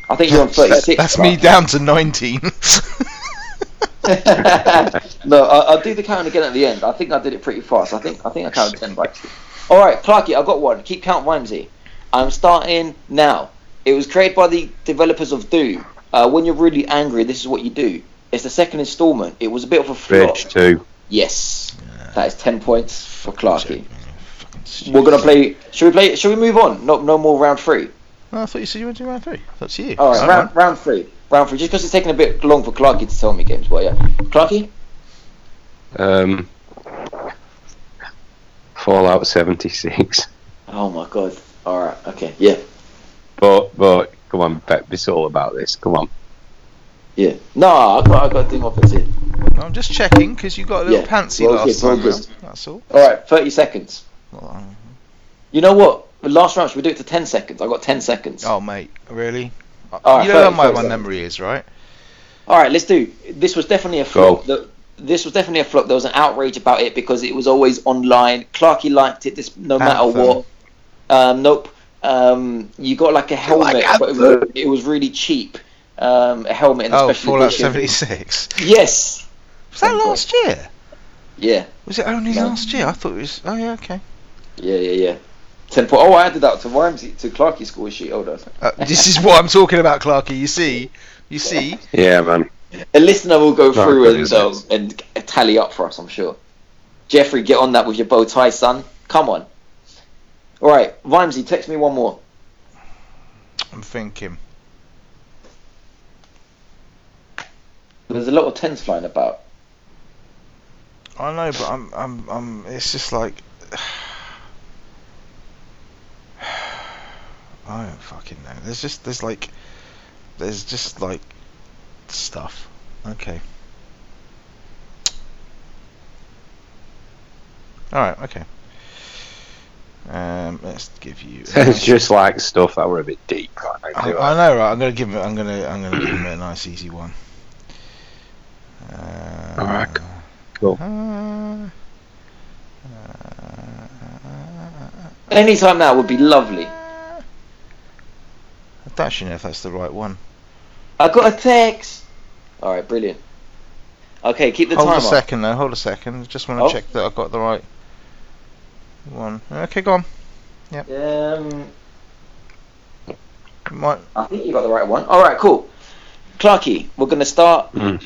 I think you're on thirty-six. That's right? me down to 19. no, I, I'll do the count again at the end. I think I did it pretty fast. I think I think I counted ten right. All right, Clarky, I've got one. Keep count, Wimsey. I'm starting now. It was created by the developers of Doom. Uh, when you're really angry, this is what you do. It's the second installment. It was a bit of a flop. Bridge two. Yes, that is ten points for Clarky. Fucking We're stupid. gonna play. Should we play? Should we move on? No, no more round three. No, Oh, I thought you said you went to round three. That's you. All Oh, right, Sorry, round, round three. Round three. Just because it's taking a bit long for Clarky to tell me games, but yeah, Clarky. Um, Fallout seventy six. Oh my god. All right. Okay. Yeah. But but come on, Pep, be all about this. Come on. Yeah. No, I got I got to do my bit. in. I'm just checking because you got a little Yeah, pantsy well, last good, well, time. good. round, That's all. All right, thirty seconds. You know what? The last round should we do it to ten seconds? I got ten seconds. Oh mate, really? All right, you know how thirty, my thirty my seconds. memory is, right? All right, let's do. This was definitely a flop. The- This was definitely a flop. There was an outrage about it because it was always online. Clarky liked it, this, no matter Anthem. what. Um, nope. Um, you got like a helmet, like but it was, Anthem. it was really cheap. Um, a helmet and a Oh, special Fallout edition. 76. Yes. Was that Thank God. last year? Yeah. Was it only No. last year? I thought it was. Oh yeah, okay. Yeah. Yeah. Yeah. Ten point. Oh, I added that to Rhymesy to Clarky's score sheet. Hold on. Uh, this is what I'm talking about, Clarky. You see, you see. Yeah, man. A listener will go No, through good and, um, business. and tally up for us, I'm sure. Jeffrey, get on that with your bow tie, son. Come on. All right, Vimesy, text me one more. I'm thinking. There's a lot of tens flying about. I know, but I'm, I'm, I'm. It's just like. I don't fucking know. There's just, there's like, there's just like stuff. Okay. All right. Okay. Um, let's give you. it's just like stuff that were a bit deep. Right? I, I know, right? I'm gonna give him. I'm gonna. I'm gonna give him a nice, easy one. Uh, All right, cool. uh, Any time now would be lovely. I don't actually know if that's the right one. I got a text. All right, brilliant. Okay, keep the hold timer. a second, though. Hold a second. Just want to Oh. check that I've got the right one. Okay, go on. Um, Might, I think you got the right one. All right, cool. Clarky, we're gonna start Mm.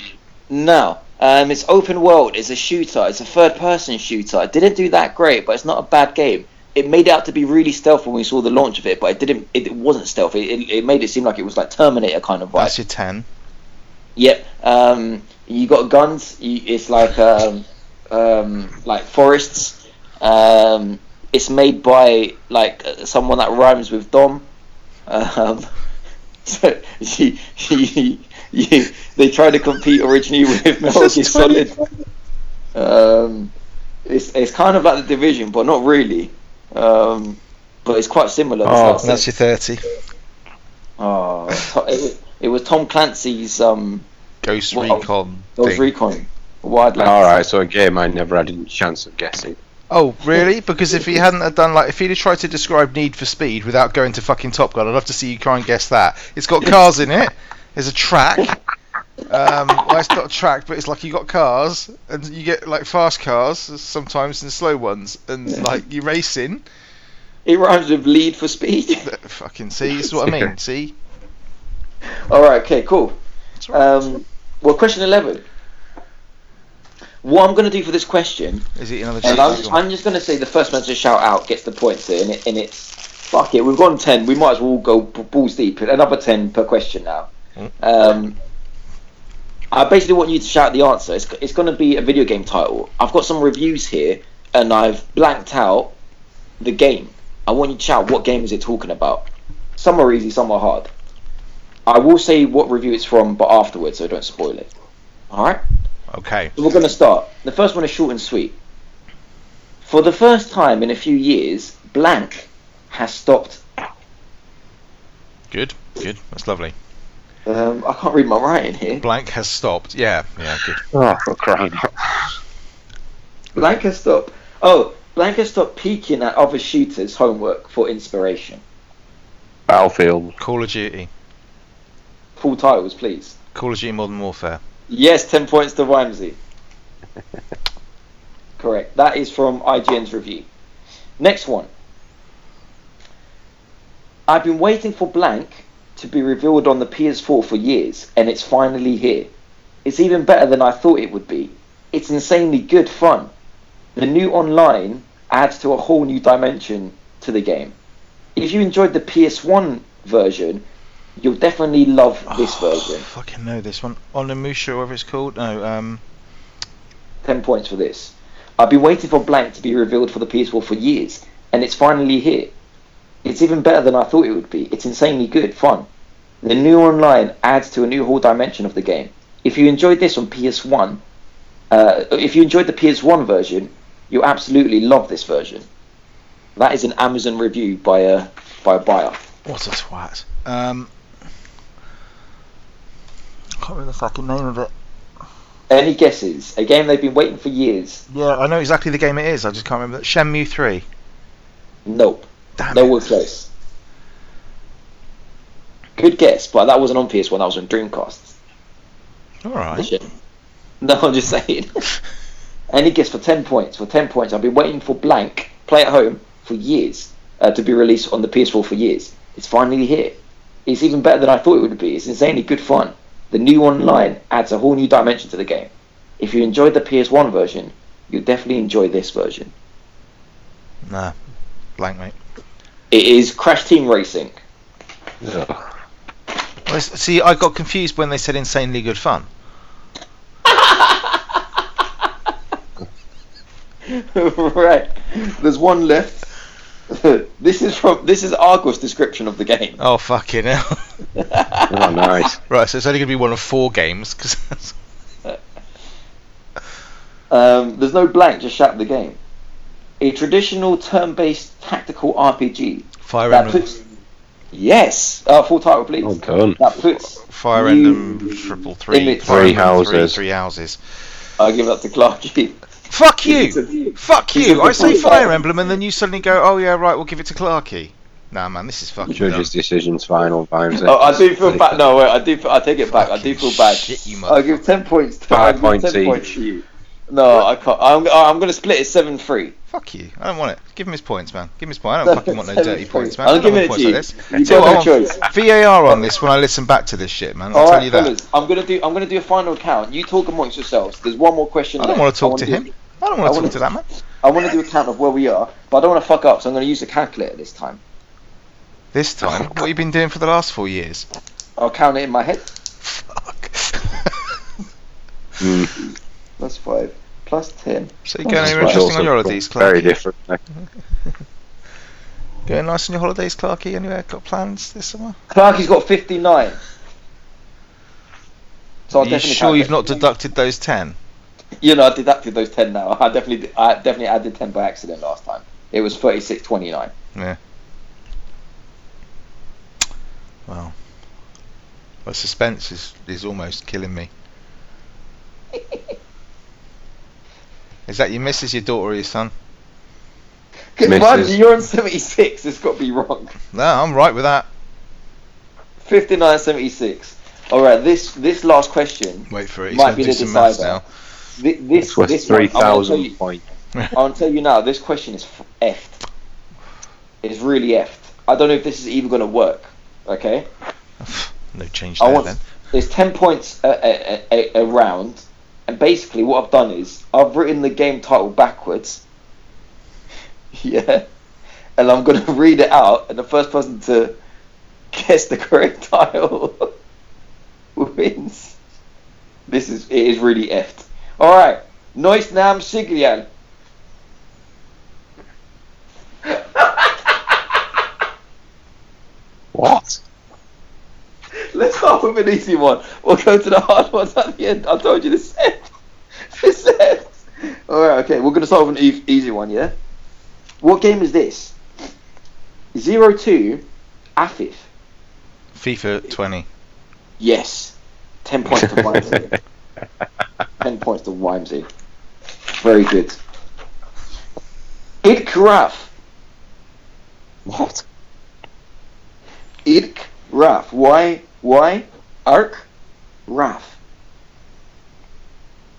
No. Um, it's open world. It's a shooter. It's a third-person shooter. It didn't do that great, but it's not a bad game. It made it out to be really stealth when we saw the launch of it, but it didn't. It, it wasn't stealth. It, it, it made it seem like it was like Terminator kind of vibe. That's your ten. Yep. Um, you got guns. You, it's like um, um, like forests. Um, it's made by like uh, someone that rhymes with Dom. Um, so you, you, you, they tried to compete originally with Metal Gear Solid. Um, it's it's kind of like the division, but not really. Um, but it's quite similar. in Oh, that sense. That's your thirty. oh, to- it, was- it was Tom Clancy's um, Ghost Well, Recon Ghost thing. Recon Wildlands. All right, so a game I never had a chance of guessing. oh, really? Because if he hadn't have done like, if he'd have tried to describe Need for Speed without going to fucking Top Gun, I'd love to see you try and guess that. It's got cars in it. There's a track. Um, well, it's not a track, but it's like you got cars, and you get like fast cars sometimes and slow ones, and like you're racing. It rhymes with lead for speed. Fucking see, this is what I mean. See, All right, okay, cool. It's all right. Um, well, question eleven. What I'm going to do for this question, is it another? and cheat? I'm just, I'm just going to say the first man to shout out gets the points here, and, it, and it's fuck it. We've gone ten. We might as well go b- balls deep. Another ten per question now. Mm. Um, I basically want you to shout the answer. It's, it's going to be a video game title. I've got some reviews here, and I've blanked out the game. I want you to shout what game is it talking about. Some are easy, some are hard. I will say what review it's from, but afterwards, so don't spoil it. All right. Okay. So we're going to start. The first one is short and sweet. For the first time in a few years, blank has stopped. Good. Good. That's lovely. Um, I can't read my writing here. Blank has stopped. Yeah. Yeah. Good. Oh, for crying out Blank has stopped. Oh, blank has stopped peeking at other shooters' homework for inspiration. Battlefield. Call of Duty. Full titles, please. Call of Duty Modern Warfare. Yes, 10 points to Wimsey. Correct. That is from IGN's review. Next one. I've been waiting for Blank to be revealed on the PS4 for years, and it's finally here. It's even better than I thought it would be. It's insanely good fun. The new online adds to a whole new dimension to the game. If you enjoyed the PS1 version, you'll definitely love this version. Oh, Fucking know this one. Onimusha, whatever it's called. No. Um. 10 points for this. I've been waiting for Blank to be revealed for the PS4 for years, and it's finally here. It's even better than I thought it would be. It's insanely good, fun. The new online adds to a new whole dimension of the game. If you enjoyed this on PS1, uh, if you enjoyed the PS1 version, you absolutely love this version. That is an Amazon review by a by a buyer. What a twat. Um, I can't remember the fucking name of it. Any guesses? A game they've been waiting for years. Yeah, I know exactly the game it is. I just can't remember. Shenmue 3. Nope. Damn it. Nowhere close. Good guess, but that wasn't on PS1. That was on Dreamcast. All right. Shit. No, I'm just saying. Any guess for 10 points? For 10 points, I've been waiting for blank, play at home, for years uh, to be released on the PS4 for years. It's finally here. It's even better than I thought it would be. It's insanely good fun. The new online adds a whole new dimension to the game. If you enjoyed the PS1 version, you'll definitely enjoy this version. Nah. Blank, mate. It is Crash Team Racing. No. Well, s- See, I got confused when they said insanely good fun. right. There's one left. this is from this is Argos' description of the game. Oh, fucking hell. Oh, nice. right, so it's only going to be one of four games. Cause Um, there's no blank, just shout the game. A traditional turn-based tactical RPG Fire that Emblem, puts yes, uh, full title please. Well done. That puts Fire you- Emblem, Triple Three, Image. Fire Three Emblem houses. three, three houses. I'll give that to Clarky. Fuck It's you! a- Fuck it's you! a I say different Fire game. Emblem, and then you suddenly go, "Oh yeah, right, we'll give it to Clarky." Nah, man, this is fucking. dumb. Judge's decision's final vibes. Oh, I do feel bad. No, wait, I do. I take it back. I do Fucking feel bad. Shit, you I'll mother. give ten points. To, Five I'll give points ten each. points to you. No, I can't. I'm. I'm going to split it seven-three. Fuck you! I don't want it. Give him his points, man. Give him his points. I don't fucking want no dirty points, man. I I'll don't give want it to points you. like this. You've So got I no want choice. VAR on this when I listen back to this shit, man. I'll tell Alright, you that. fellas, I'm gonna do. I'm gonna do a final count. You talk amongst yourselves. There's one more question. I don't left. want to talk wanna to do- him. I don't I want to wanna- talk to that man. I want to do a count of where we are, but I don't want to fuck up, so I'm gonna use a calculator this time. This time, what you been doing for the last four years? I'll count it in my head. Fuck. Mm. Plus five, plus ten. so you going anywhere Right. interesting on your Also holidays, Very Clarky? different. Like, Going nice on your holidays, Clarky? Anywhere got plans this summer? Clarky's got 59. So Are you I'll Oh, definitely sure count you've it. not deducted those ten? You know, I deducted those ten now. I definitely, I definitely added ten by accident last time. It was thirty-six twenty-nine. My suspense is, is almost killing me. is that your missus, your daughter, or your son? Misses. Mind you, you're on seventy-six. It's got to be wrong. No, I'm right with that. 59.76. All right, this this last question. Wait for it. He's going Might be to do the some maths decider. now. Thi- This this was this one, I'm gonna tell you- 3,000 points. I'm gonna tell you now. This question is f- effed. It's really effed. I don't know if this is even gonna work. Okay, No change I there want- then. there's ten points a, a, a, a round, and basically what I've done is I've written the game title backwards. yeah, and I'm gonna read it out, and the first person to guess the correct title wins. This is it is really effed. All right, Nois Nam Siglian. What? Let's start with an easy one. We'll go to the hard ones at the end. I told you this end. This end. All right, okay. We're gonna start with an e- easy one, yeah. What game is this? Zero two, Afif. FIFA 20. Yes. Ten points to Wimsey. Ten points to Wimsey. Very good. Idk Raf. What? Idk Raf. Why? Why? Ark Raf.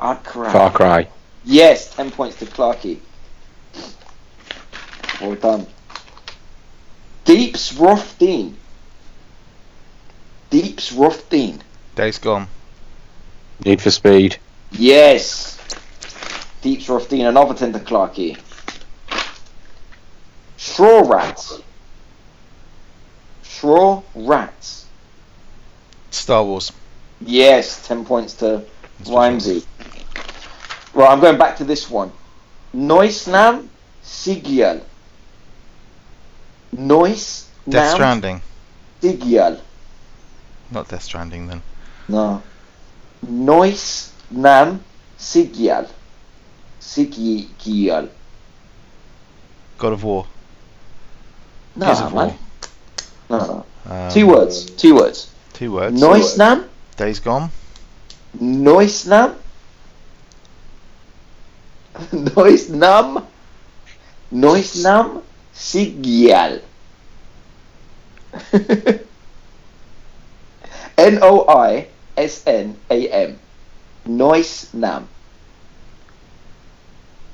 Ark Raf. Far Cry. Yes, ten points to Clarky. Well done. Deeps Rothdeen. Deeps Rothdeen. Days gone. Need for Speed. Yes. Deeps Rothdeen, another ten to Clarky. Straw Rats. Straw Rats. Star Wars. Yes, ten points to Wimsey. Right, I'm going back to this one. Noisnam Sigiel. Noise. Death Nam, Stranding. Sigyal. Not Death Stranding then. No. Noise. Nam. Sigyal. Sigyal. God of War. No, Gears of man. No, no. Um, two words. Two words. Two words. Noise Nam. Days Gone. Noise Nam. Noise Nam. Noise Nam. Sigyal. N O I S N A M. Noise Nam.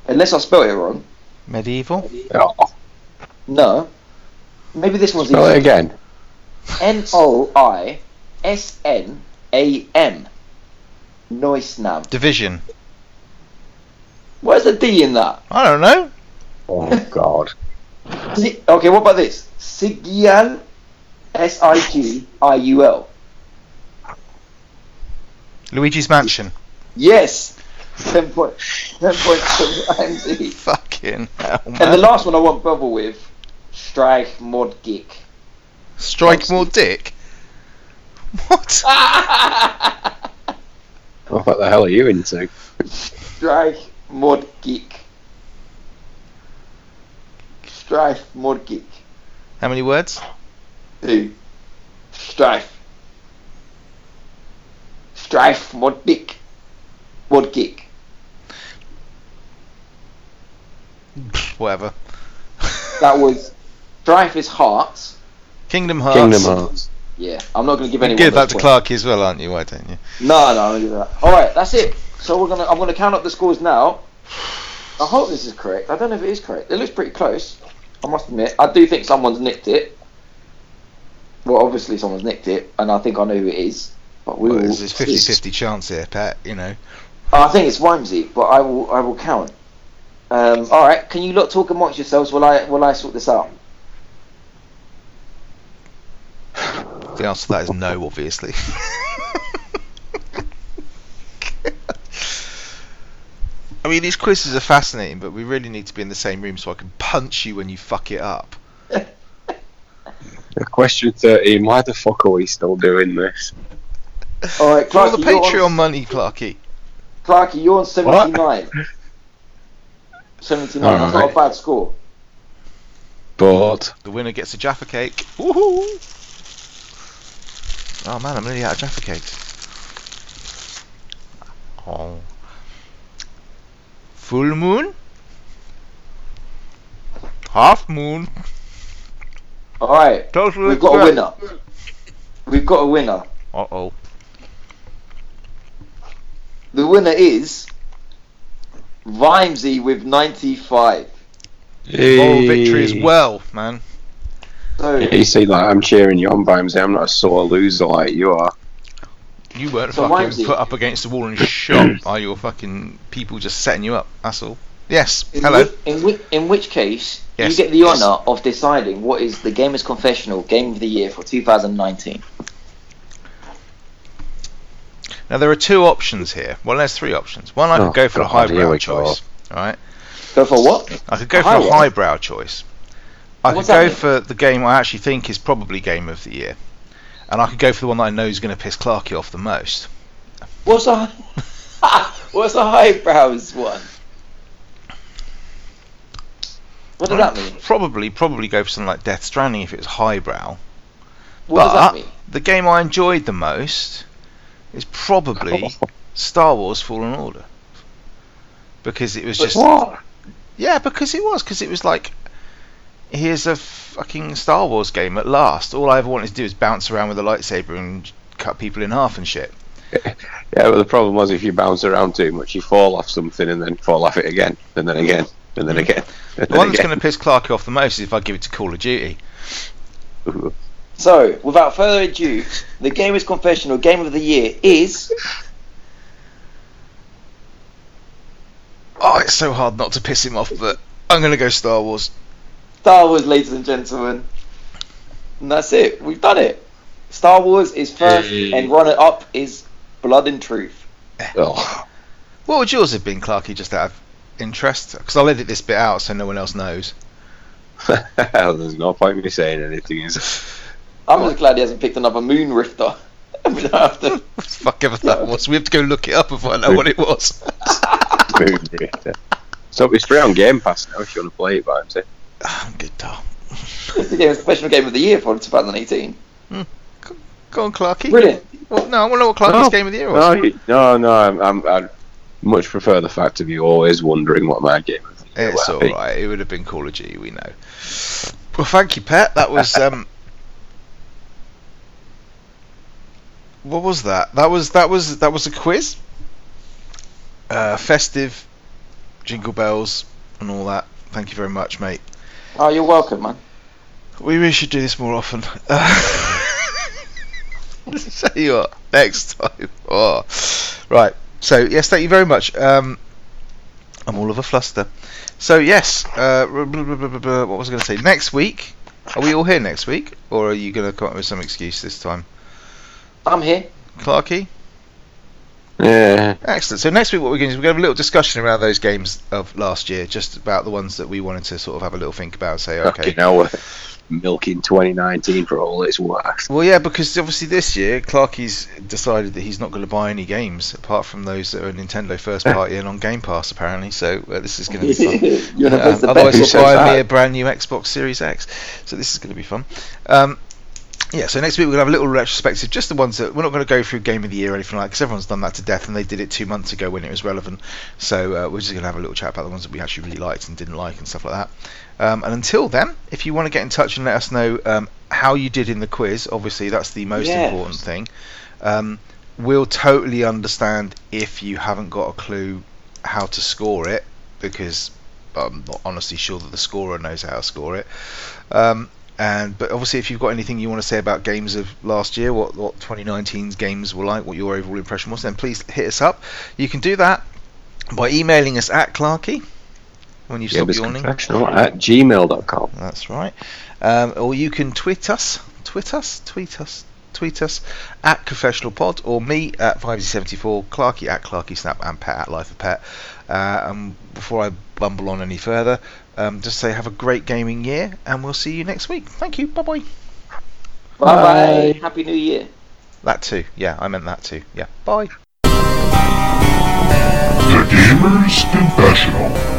Unless I spelled it wrong. Medieval. Oh, No. Maybe this one's spell it again. N O I S N A M. Noise Nam. Division. Where's the D in that? I don't know. Oh God. Si- okay, what about this? Sigial, S I G I U L. Luigi's Mansion. Yes. Ten point. Ten point to IMDb. Fucking hell, And the man. last one I want bubble with, Strike Mod Geek. Strike more dick. What? What the hell are you into? Strike Mod Geek. Strife Mod Geek. How many words? Who? Strife. Strife Mod Geek. Mod Geek. Pfft, Whatever. That was Strife is Hearts. Kingdom Hearts. Kingdom Hearts. Yeah, I'm not going to give anyone. Give that those to points. Clarky as well, aren't you? Why don't you? No, no, I'm gonna do that. All right, that's it. So we're gonna. I'm gonna count up the scores now. I hope this is correct. I don't know if it is correct. It looks pretty close. I must admit, I do think someone's nicked it. Well, obviously someone's nicked it, and I think I know who it is. But we Well, will. Oh, there's a 50-50 chance here, Pat. You know. I think it's Wimsey, but I will. I will count. Um, all right, can you lot talk amongst yourselves while I while I sort this out? The answer to that is no, obviously. I mean, these quizzes are fascinating, but we really need to be in the same room so I can punch you when you fuck it up. Question thirteen. Why the fuck are we still doing this? All right, For all Clarky, the you're Patreon on, money, Clarky. Clarky, you're on seventy nine. Seventy nine. That's not a Alright. bad score. But The winner gets a Jaffa cake. Woohoo! Oh man, I'm nearly out of Jaffa cakes. Oh. Full moon? Half moon? All right. Total We've got a eclipse. winner. We've got a winner. Uh oh. The winner is Vimesy with 95. Moral victory as well, man. So, You see, like I'm cheering you on, Bamsey. I'm not a sore loser like you are. You weren't So why is fucking he- put up against the wall and shot by your fucking people just setting you up. That's all. Yes. in, Hello. whi- in, whi- in which case, Yes. you get the Yes. honour of deciding what is the Gamers Confessional Game of the Year for 2019. Now there are two options here. Well, there's three options. One, I Oh, could go for a God, here highbrow we go. choice. All right. Go for what? I could go for Highbrow? a highbrow choice. I What's could that go mean? for the game I actually think is probably game of the year, and I could go for the one that I know is going to piss Clarky off the most. What's a, what's a highbrows one? What does that mean? Probably, probably go for something like Death Stranding if it was highbrow. What does that But- uh, mean? the game I enjoyed the most is probably Star Wars Fallen Order. Because it was just What? yeah, because it was because it was like here's a fucking Star Wars game at last. All I ever wanted to do is bounce around with a lightsaber and cut people in half and shit. Yeah, but the problem was if you bounce around too much, you fall off something and then fall off it again, and then again, and then again. And Mm. The then one that's again. going to piss Clarky off the most is if I give it to Call of Duty. So, without further ado, the Gamers Confessional Game of the Year is. Oh, it's so hard not to piss him off, but I'm going to go Star Wars. Star Wars, ladies and gentlemen. And that's it. We've done it. Star Wars is first, Hey. and runner up is Blood and Truth. Oh, What would yours have been, Clarky, just out of interest? Because I'll edit this bit out so no one else knows. There's no point in me saying anything. Is I'm just glad he hasn't picked another moon rifter. we don't have to. Fuck that was. We have to go look it up and find out what it was. Moon Drifter. So it's free on Game Pass now if you want to play it by himself. I'm good, Tom. It's the game, special game of the year for 2018. Go on, Clarky. Brilliant. Well, no, I want to know what Clarky's game of the year was. No, you- no, no. I'm, I'm, I'd much prefer the fact of you always wondering what my game of the year It's will all be. right. It would have been Call of Duty, we know. Well, thank you, Pet. That was um. what was that? That was that was that was a quiz. Uh, festive, jingle bells, and all that. Thank you very much, mate. Oh, you're welcome, man. We really should do this more often. Tell you what, next time. Oh. Right. So yes, thank you very much. Um, I'm all of a fluster. So yes, uh, blah, blah, blah, blah, blah, blah, what was I going to say? Next week, are we all here next week, or are you going to come up with some excuse this time, I'm here. Clarky? Yeah. Excellent. So next week, what we're going to do is we're going to have a little discussion around those games of last year, just about the ones that we wanted to sort of have a little think about. And say, okay, Fucking hell, we're milking 2019 for all it's worth. Well, yeah, because obviously this year Clarky's decided that he's not going to buy any games apart from those that are Nintendo first party and on Game Pass apparently. So uh, this is going to be fun. you're Um, the otherwise, Who he'll best. says buy me that? a brand new Xbox Series X. So this is going to be fun. Um, yeah, so next week we're going to have a little retrospective, just the ones that we're not going to go through Game of the Year or anything like because everyone's done that to death and they did it two months ago when it was relevant. So uh, we're just going to have a little chat about the ones that we actually really liked and didn't like and stuff like that. Um, and until then, if you want to get in touch and let us know um, how you did in the quiz, obviously that's the most Yeah. important thing. Um, we'll totally understand if you haven't got a clue how to score it because I'm not honestly sure that the scorer knows how to score it. Um, and but obviously, if you've got anything you want to say about games of last year, what what 2019's games were like, what your overall impression was, then please hit us up. You can do that by emailing us at Clarky when you stop Gamer's yawning. Confessional at gmail.com. That's right. Um, or you can tweet us, tweet us, tweet us, tweet us at Confessional Pod, or me at 574, Clarky at Clarky Snap, and Pat at Life of Pet. Uh, and before I bumble on any further, um, just say have a great gaming year, and we'll see you next week. Thank you. Bye bye. Bye bye. Happy New Year. That too. Yeah, I meant that too. Yeah. Bye. The Gamer's Confessional.